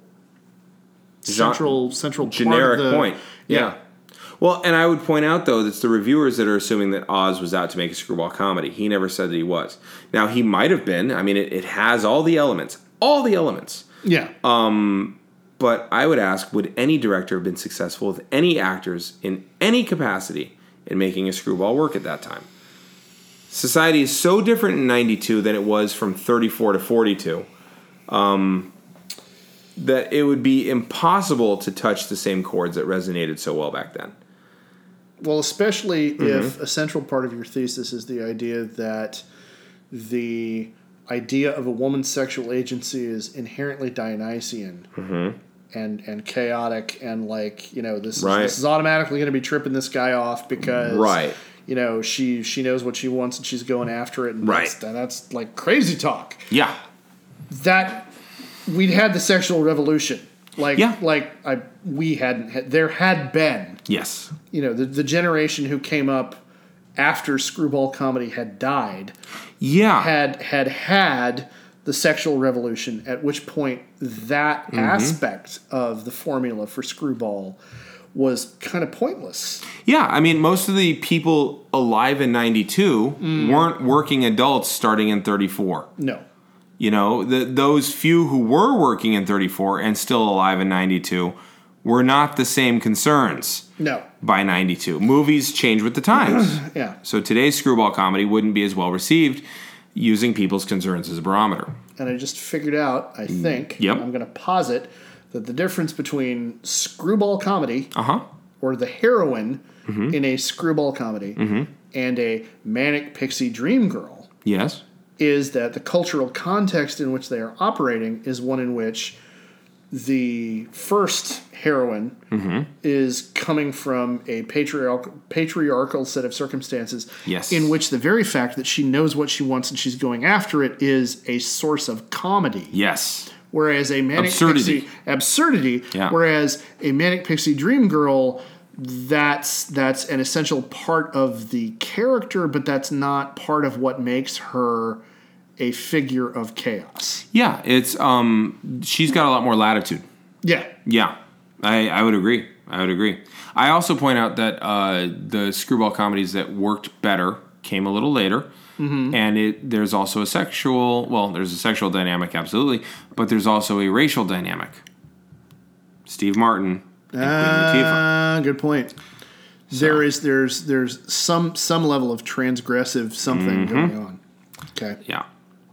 Speaker 1: Gen-
Speaker 2: central, central part of
Speaker 1: generic
Speaker 2: the-
Speaker 1: point. Yeah. Well, and I would point out though that's the reviewers that are assuming that Oz was out to make a screwball comedy. He never said that he was. Now he might have been. I mean, it, it has all the elements, all the elements.
Speaker 2: Yeah,
Speaker 1: Uh, But I would ask, would any director have been successful with any actors in any capacity in making a screwball work at that time? Society is so different in 92 than it was from 34 to 42 um, that it would be impossible to touch the same chords that resonated so well back then.
Speaker 2: Well, especially
Speaker 1: Mm-hmm.
Speaker 2: if a central part of your thesis is the idea that the idea of a woman's sexual agency is inherently Dionysian
Speaker 1: Mm-hmm.
Speaker 2: and and chaotic and like you know this
Speaker 1: Right.
Speaker 2: is, this is automatically going to be tripping this guy off because
Speaker 1: Right.
Speaker 2: you know she she knows what she wants and she's going after it and
Speaker 1: Right.
Speaker 2: that's, and that's like crazy talk
Speaker 1: Yeah.
Speaker 2: that we'd had the sexual revolution like
Speaker 1: Yeah.
Speaker 2: like I we hadn't had, there had been
Speaker 1: Yes.
Speaker 2: you know the, the generation who came up after screwball comedy had died
Speaker 1: Yeah.
Speaker 2: had had had the sexual revolution at which point that aspect of the formula for screwball was kind of pointless
Speaker 1: Yeah. I mean, most of the people alive in 92 weren't working adults starting in 34.
Speaker 2: no
Speaker 1: You know, the, those few who were working in 34 and still alive in 92 were not the same concerns
Speaker 2: no
Speaker 1: by 92. Movies change with the times.
Speaker 2: yeah
Speaker 1: so today's screwball comedy wouldn't be as well received using people's concerns as a barometer.
Speaker 2: and i just figured out i think
Speaker 1: Yep.
Speaker 2: i'm going to posit that the difference between screwball comedy
Speaker 1: Uh huh.
Speaker 2: or the heroine in a screwball comedy and a manic pixie dream girl
Speaker 1: Yes.
Speaker 2: is that the cultural context in which they are operating is one in which the first heroine is coming from a patriarchal patriarchal set of circumstances
Speaker 1: Yes.
Speaker 2: in which the very fact that she knows what she wants and she's going after it is a source of comedy
Speaker 1: Yes.
Speaker 2: whereas a manic
Speaker 1: Absurdity.
Speaker 2: pixie absurdity
Speaker 1: Yeah.
Speaker 2: whereas a manic pixie dream girl that's that's an essential part of the character but that's not part of what makes her a figure of chaos
Speaker 1: Yeah. It's, um, she's got a lot more latitude.
Speaker 2: yeah
Speaker 1: Yeah, I, I would agree. I would agree. I also point out that uh, the screwball comedies that worked better came a little later,
Speaker 2: Mm-hmm.
Speaker 1: and it there's also a sexual well, there's a sexual dynamic absolutely, but there's also a racial dynamic. Steve Martin and Queen Latifah.
Speaker 2: uh, good point there is there's there's some some level of transgressive something
Speaker 1: Mm-hmm.
Speaker 2: going on okay
Speaker 1: Yeah.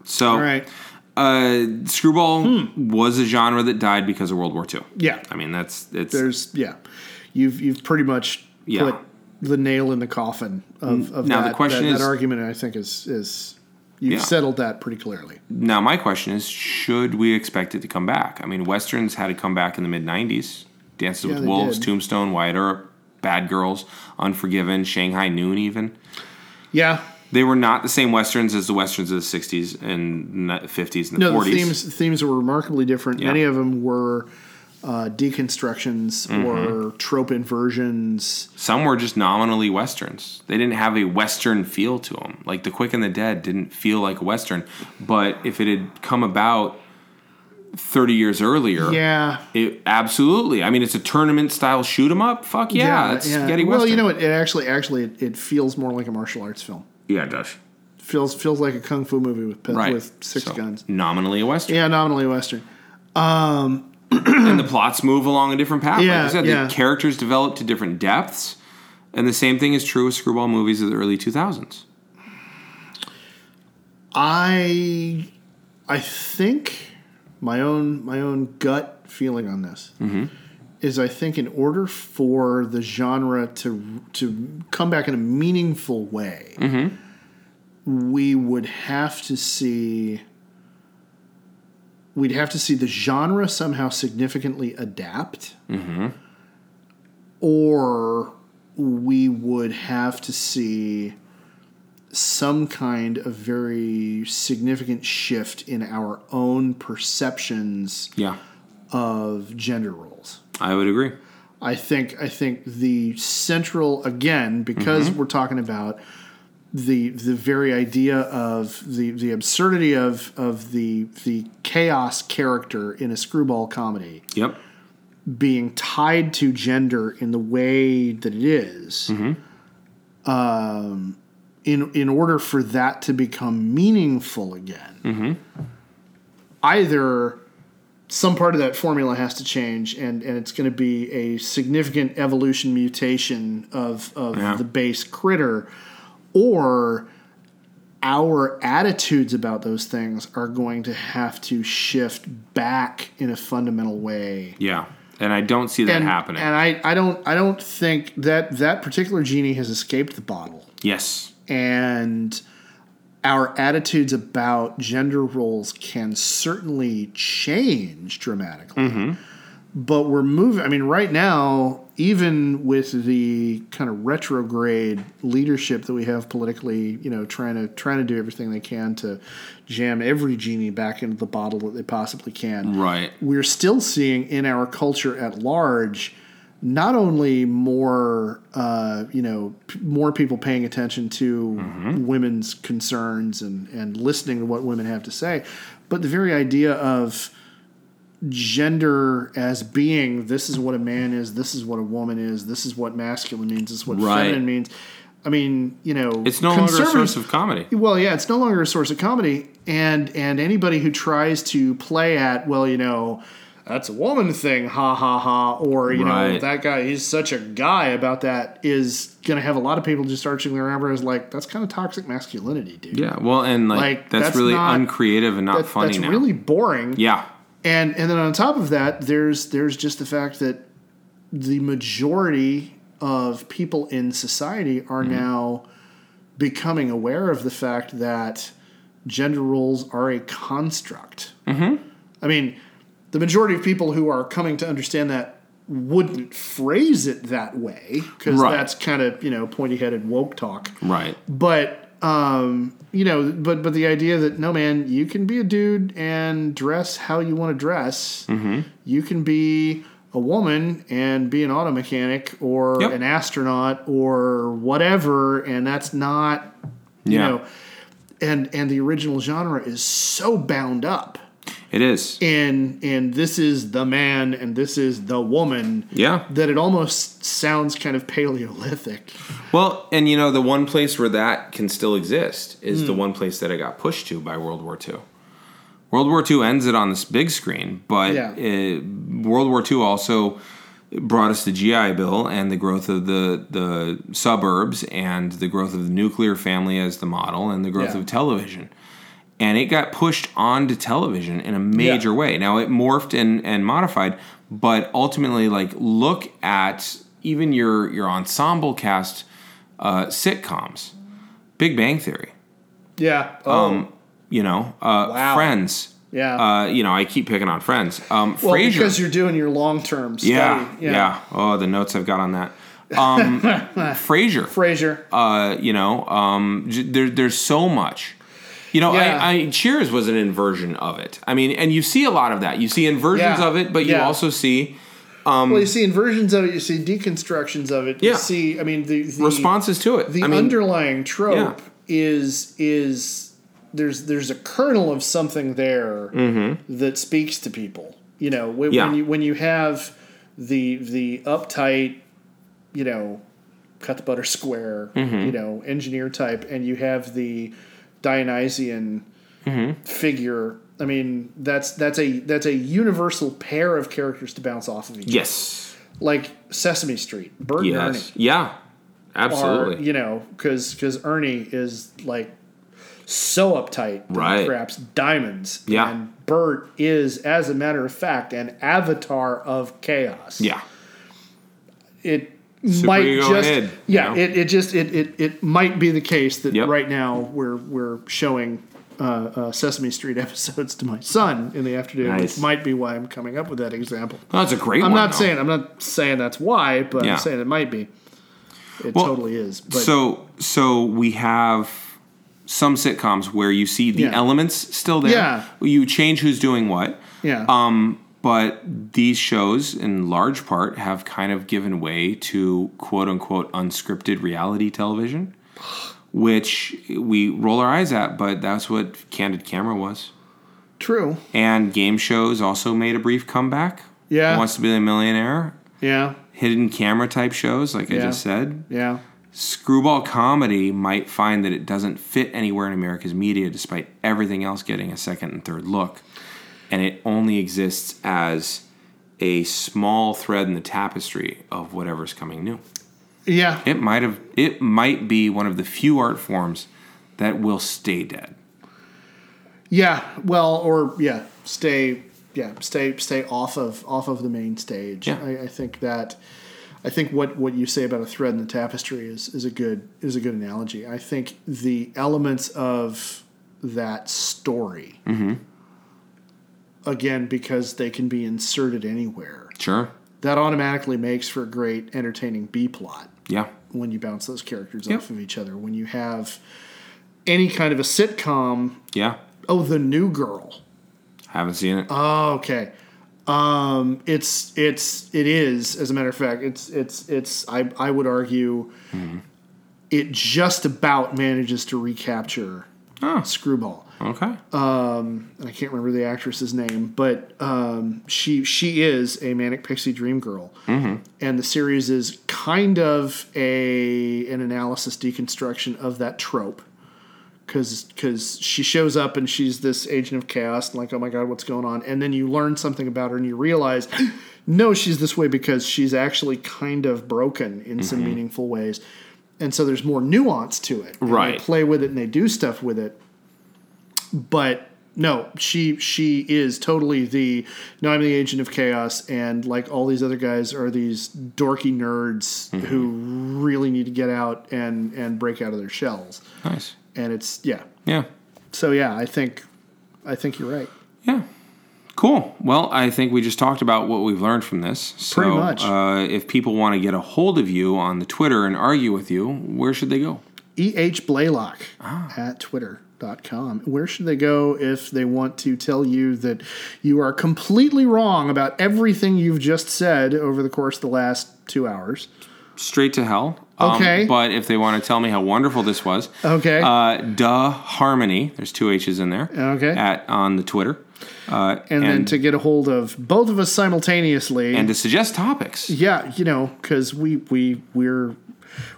Speaker 1: So,
Speaker 2: all right Hmm.
Speaker 1: uh, screwball was a genre that died because of World War II.
Speaker 2: yeah
Speaker 1: I mean, that's it's
Speaker 2: there's yeah you've you've pretty much
Speaker 1: Yeah. Mm.
Speaker 2: put the nail in the coffin of, of
Speaker 1: Now the
Speaker 2: that,
Speaker 1: question
Speaker 2: that,
Speaker 1: is-
Speaker 2: that argument i think is is You've
Speaker 1: Yeah.
Speaker 2: settled that pretty clearly.
Speaker 1: Now, my question is should we expect it to come back? I mean, Westerns had a comeback in the mid 90s. Dances with
Speaker 2: they
Speaker 1: Wolves,
Speaker 2: did.
Speaker 1: Tombstone, Wyatt Earp, Bad Girls, Unforgiven, Shanghai Noon, even.
Speaker 2: Yeah.
Speaker 1: They were not the same Westerns as the Westerns of the 60s and ni- 50s and the
Speaker 2: No,
Speaker 1: 40s.
Speaker 2: the themes the themes were remarkably different. Many of them were uh, deconstructions
Speaker 1: Mm-hmm.
Speaker 2: or trope inversions.
Speaker 1: Some were just nominally Westerns. They didn't have a Western feel to them. Like The Quick and the Dead didn't feel like a Western. But if it had come about 30 years earlier,
Speaker 2: Yeah.
Speaker 1: It, absolutely. I mean, it's a tournament style shoot 'em up. Fuck yeah, it's spaghetti
Speaker 2: Well, you
Speaker 1: western.
Speaker 2: know what? It actually, actually, it, it feels more like a martial arts film.
Speaker 1: yeah, it does.
Speaker 2: Feels feels like a kung fu movie with pe-
Speaker 1: Right,
Speaker 2: with six
Speaker 1: So,
Speaker 2: guns.
Speaker 1: Nominally a western,
Speaker 2: Yeah, nominally western.
Speaker 1: and the plots move along a different path. like I
Speaker 2: Yeah,
Speaker 1: said,
Speaker 2: yeah.
Speaker 1: the characters develop to different depths, and the same thing is true with screwball movies of the early two thousands.
Speaker 2: I I think my own my own gut feeling on this is I think in order for the genre to to come back in a meaningful way, we would have to see we'd have to see the genre somehow significantly adapt, or we would have to see some kind of very significant shift in our own perceptions
Speaker 1: Yeah,
Speaker 2: of gender roles.
Speaker 1: I would agree.
Speaker 2: I think I think the central again because we're talking about the the very idea of the the absurdity of of the the chaos character in a screwball comedy
Speaker 1: Yep.
Speaker 2: being tied to gender in the way that it is, um, in in order for that to become meaningful again, either some part of that formula has to change, and and it's going to be a significant evolution mutation of of
Speaker 1: Yeah.
Speaker 2: the base critter, or our attitudes about those things are going to have to shift back in a fundamental way
Speaker 1: Yeah, and I don't see that
Speaker 2: and,
Speaker 1: happening.
Speaker 2: And I, I don't I don't think that that particular genie has escaped the bottle.
Speaker 1: yes.
Speaker 2: And our attitudes about gender roles can certainly change dramatically.
Speaker 1: Mm-hmm.
Speaker 2: But we're moving I mean right now even with the kind of retrograde leadership that we have politically, you know, trying to trying to do everything they can to jam every genie back into the bottle that they possibly can
Speaker 1: Right.
Speaker 2: we're still seeing in our culture at large not only more uh, you know p- more people paying attention to
Speaker 1: Mm-hmm.
Speaker 2: women's concerns and and listening to what women have to say but the very idea of gender as being this is what a man is this is what a woman is this is what masculine means this is what
Speaker 1: Right.
Speaker 2: feminine means i mean you know
Speaker 1: It's no longer a
Speaker 2: conservatives-
Speaker 1: source of comedy.
Speaker 2: well, yeah, it's no longer a source of comedy, and and anybody who tries to play at well, you know, that's a woman thing, ha ha ha, or you know
Speaker 1: Right.
Speaker 2: that guy, he's such a guy about that, is going to have a lot of people just arching their eyebrows like that's kind of toxic masculinity, dude.
Speaker 1: Yeah. Well, and like,
Speaker 2: Like,
Speaker 1: that's,
Speaker 2: that's
Speaker 1: really
Speaker 2: not-
Speaker 1: uncreative and not
Speaker 2: That-
Speaker 1: funny
Speaker 2: that's
Speaker 1: now.
Speaker 2: really boring.
Speaker 1: yeah.
Speaker 2: And and then on top of that, there's there's just the fact that the majority of people in society are now becoming aware of the fact that gender roles are a construct. I mean, the majority of people who are coming to understand that wouldn't phrase it that way because
Speaker 1: Right.
Speaker 2: that's kind of you know pointy-headed woke talk
Speaker 1: Right.
Speaker 2: but um you know but but the idea that no man you can be a dude and dress how you want to dress
Speaker 1: Mm-hmm.
Speaker 2: you can be a woman and be an auto mechanic or
Speaker 1: Yep.
Speaker 2: an astronaut or whatever and that's not you
Speaker 1: Yeah.
Speaker 2: know and and the original genre is so bound up
Speaker 1: It is.
Speaker 2: in in this is the man and this is the woman
Speaker 1: yeah.
Speaker 2: that it almost sounds kind of paleolithic
Speaker 1: Well, and you know, the one place where that can still exist is
Speaker 2: Hmm.
Speaker 1: the one place that it got pushed to by World War II. World War II ends it on this big screen, but
Speaker 2: Yeah.
Speaker 1: uh World War II also brought us the GI Bill and the growth of the, the suburbs and the growth of the nuclear family as the model and the growth
Speaker 2: Yeah.
Speaker 1: of television. And it got pushed onto television in a major way. Now it morphed and, and modified, but ultimately, like, look at even your, your ensemble cast uh, sitcoms. Big Bang Theory.
Speaker 2: Yeah. Oh,
Speaker 1: Um, you know, uh,
Speaker 2: Wow.
Speaker 1: Friends.
Speaker 2: yeah.
Speaker 1: Uh, you know, I keep picking on Friends. Um,
Speaker 2: well,
Speaker 1: Frasier.
Speaker 2: because you're doing your long term study.
Speaker 1: yeah, yeah, Oh, the notes I've got on that. Um, Frasier.
Speaker 2: Frasier.
Speaker 1: uh, you know, um, j- there, there's so much. You know,
Speaker 2: Yeah.
Speaker 1: I, I Cheers was an inversion of it. I mean, and you see a lot of that. You see inversions
Speaker 2: Yeah.
Speaker 1: of it, but you
Speaker 2: Yeah.
Speaker 1: also see
Speaker 2: well, you see inversions of it. You see deconstructions of it.
Speaker 1: Um, Yeah.
Speaker 2: You see, I mean, the, the
Speaker 1: responses to it.
Speaker 2: the
Speaker 1: I mean,
Speaker 2: underlying trope
Speaker 1: Yeah.
Speaker 2: is is there's there's a kernel of something there that speaks to people. You know, when,
Speaker 1: Mm-hmm. Yeah.
Speaker 2: when you when you have the the uptight, you know, cut the butter square,
Speaker 1: Mm-hmm.
Speaker 2: you know, engineer type, and you have the Dionysian
Speaker 1: Mm-hmm.
Speaker 2: figure. I mean, that's that's a that's a universal pair of characters to bounce off of each.
Speaker 1: yes,
Speaker 2: Like Sesame Street, Bert and Ernie
Speaker 1: yes, yeah,
Speaker 2: are
Speaker 1: absolutely.
Speaker 2: you know because because Ernie is like so uptight that he
Speaker 1: Right.
Speaker 2: craps diamonds
Speaker 1: Yeah.
Speaker 2: and Bert is as a matter of fact an avatar of chaos
Speaker 1: yeah,
Speaker 2: it might
Speaker 1: Superego
Speaker 2: just
Speaker 1: ahead,
Speaker 2: yeah
Speaker 1: you know?
Speaker 2: it, it just it, it it might be the case that
Speaker 1: Yep.
Speaker 2: right now we're we're showing uh, uh, Sesame Street episodes to my son in the afternoon
Speaker 1: Nice.
Speaker 2: which might be why I'm coming up with that example
Speaker 1: No, that's a great.
Speaker 2: I'm
Speaker 1: one,
Speaker 2: not
Speaker 1: though.
Speaker 2: saying I'm not saying that's why but
Speaker 1: Yeah.
Speaker 2: I'm saying it might be it
Speaker 1: Well,
Speaker 2: totally is but
Speaker 1: so. So we have some sitcoms where you see the
Speaker 2: Yeah.
Speaker 1: elements still there.
Speaker 2: Yeah.
Speaker 1: you change who's doing what.
Speaker 2: yeah
Speaker 1: Um, but these shows, in large part, have kind of given way to quote unquote unscripted reality television, which we roll our eyes at, but that's what Candid Camera was.
Speaker 2: true
Speaker 1: And game shows also made a brief comeback.
Speaker 2: Yeah.
Speaker 1: Who Wants to be a Millionaire.
Speaker 2: Yeah,
Speaker 1: Hidden camera type shows, like I
Speaker 2: Yeah.
Speaker 1: just said.
Speaker 2: yeah,
Speaker 1: Screwball comedy might find that it doesn't fit anywhere in America's media despite everything else getting a second and third look. And it only exists as a small thread in the tapestry of whatever's coming new.
Speaker 2: yeah.
Speaker 1: It might have it might be one of the few art forms that will stay dead.
Speaker 2: Yeah. Well, or yeah, stay, yeah, stay, stay off of off of the main stage.
Speaker 1: Yeah.
Speaker 2: I, I think that, I think what what you say about a thread in the tapestry is is a good is a good analogy. I think the elements of that story, again, because they can be inserted anywhere,
Speaker 1: Sure.
Speaker 2: that automatically makes for a great entertaining B plot.
Speaker 1: Yeah.
Speaker 2: when you bounce those characters off of each other. When you have any kind of a sitcom,
Speaker 1: Yeah.
Speaker 2: oh, the new girl.
Speaker 1: Haven't seen it.
Speaker 2: Oh, okay. Um, it's it's it is as a matter of fact. It's it's it's. I I would argue, it just about manages to recapture
Speaker 1: Oh.
Speaker 2: Screwball.
Speaker 1: okay.
Speaker 2: And I can't remember the actress's name, but um, she she is a manic pixie dream girl, and the series is kind of a an analysis deconstruction of that trope, because she shows up and she's this agent of chaos, and like oh my god, what's going on? And then you learn something about her, and you realize, no, she's this way because she's actually kind of broken in some meaningful ways, and so there's more nuance to it. and
Speaker 1: Right.
Speaker 2: they play with it and they do stuff with it but no, she she is totally the no. I'm the agent of chaos, and like all these other guys are these dorky nerds who really need to get out and and break out of their shells.
Speaker 1: nice.
Speaker 2: And it's yeah.
Speaker 1: Yeah.
Speaker 2: So yeah, I think I think you're right.
Speaker 1: Yeah. Cool. Well, I think we just talked about what we've learned from this. So,
Speaker 2: Pretty much.
Speaker 1: Uh, if people want to get a hold of you on the Twitter and argue with you, where should they go?
Speaker 2: E H Blaylock at twitter.com. Where should they go if they want to tell you that you are completely wrong about everything you've just said over the course of the last two hours?
Speaker 1: Straight to hell. Um,
Speaker 2: Okay.
Speaker 1: But if they want to tell me how wonderful this was,
Speaker 2: Okay.
Speaker 1: uh, duh harmony. There's two H's in there.
Speaker 2: Okay.
Speaker 1: At on the Twitter, uh, and
Speaker 2: and, then to get a hold of both of us simultaneously.
Speaker 1: and to suggest topics.
Speaker 2: yeah, you know, because we we we're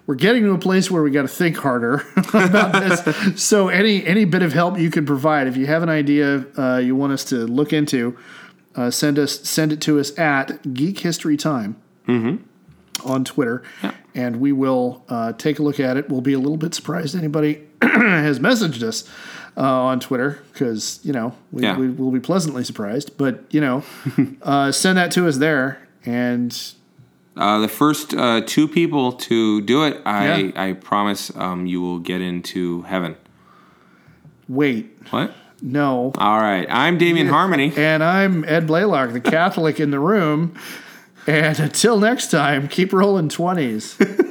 Speaker 2: we're getting to a place where we got to think harder about this. So any any bit of help you can provide, if you have an idea uh, you want us to look into, uh, send us send it to us at Geek History Time on Twitter, and we will uh, take a look at it. We'll be a little bit surprised anybody has messaged us uh, on Twitter because you know we,
Speaker 1: Yeah.
Speaker 2: we will be pleasantly surprised. But you know, uh, send that to us there, and
Speaker 1: Uh, the first uh, two people to do it, I
Speaker 2: Yeah.
Speaker 1: I promise um, you will get into heaven.
Speaker 2: Wait,
Speaker 1: What?
Speaker 2: no.
Speaker 1: All right. I'm Damien Harmony.
Speaker 2: And I'm Ed Blaylock, the Catholic in the room. And until next time, keep rolling 20s.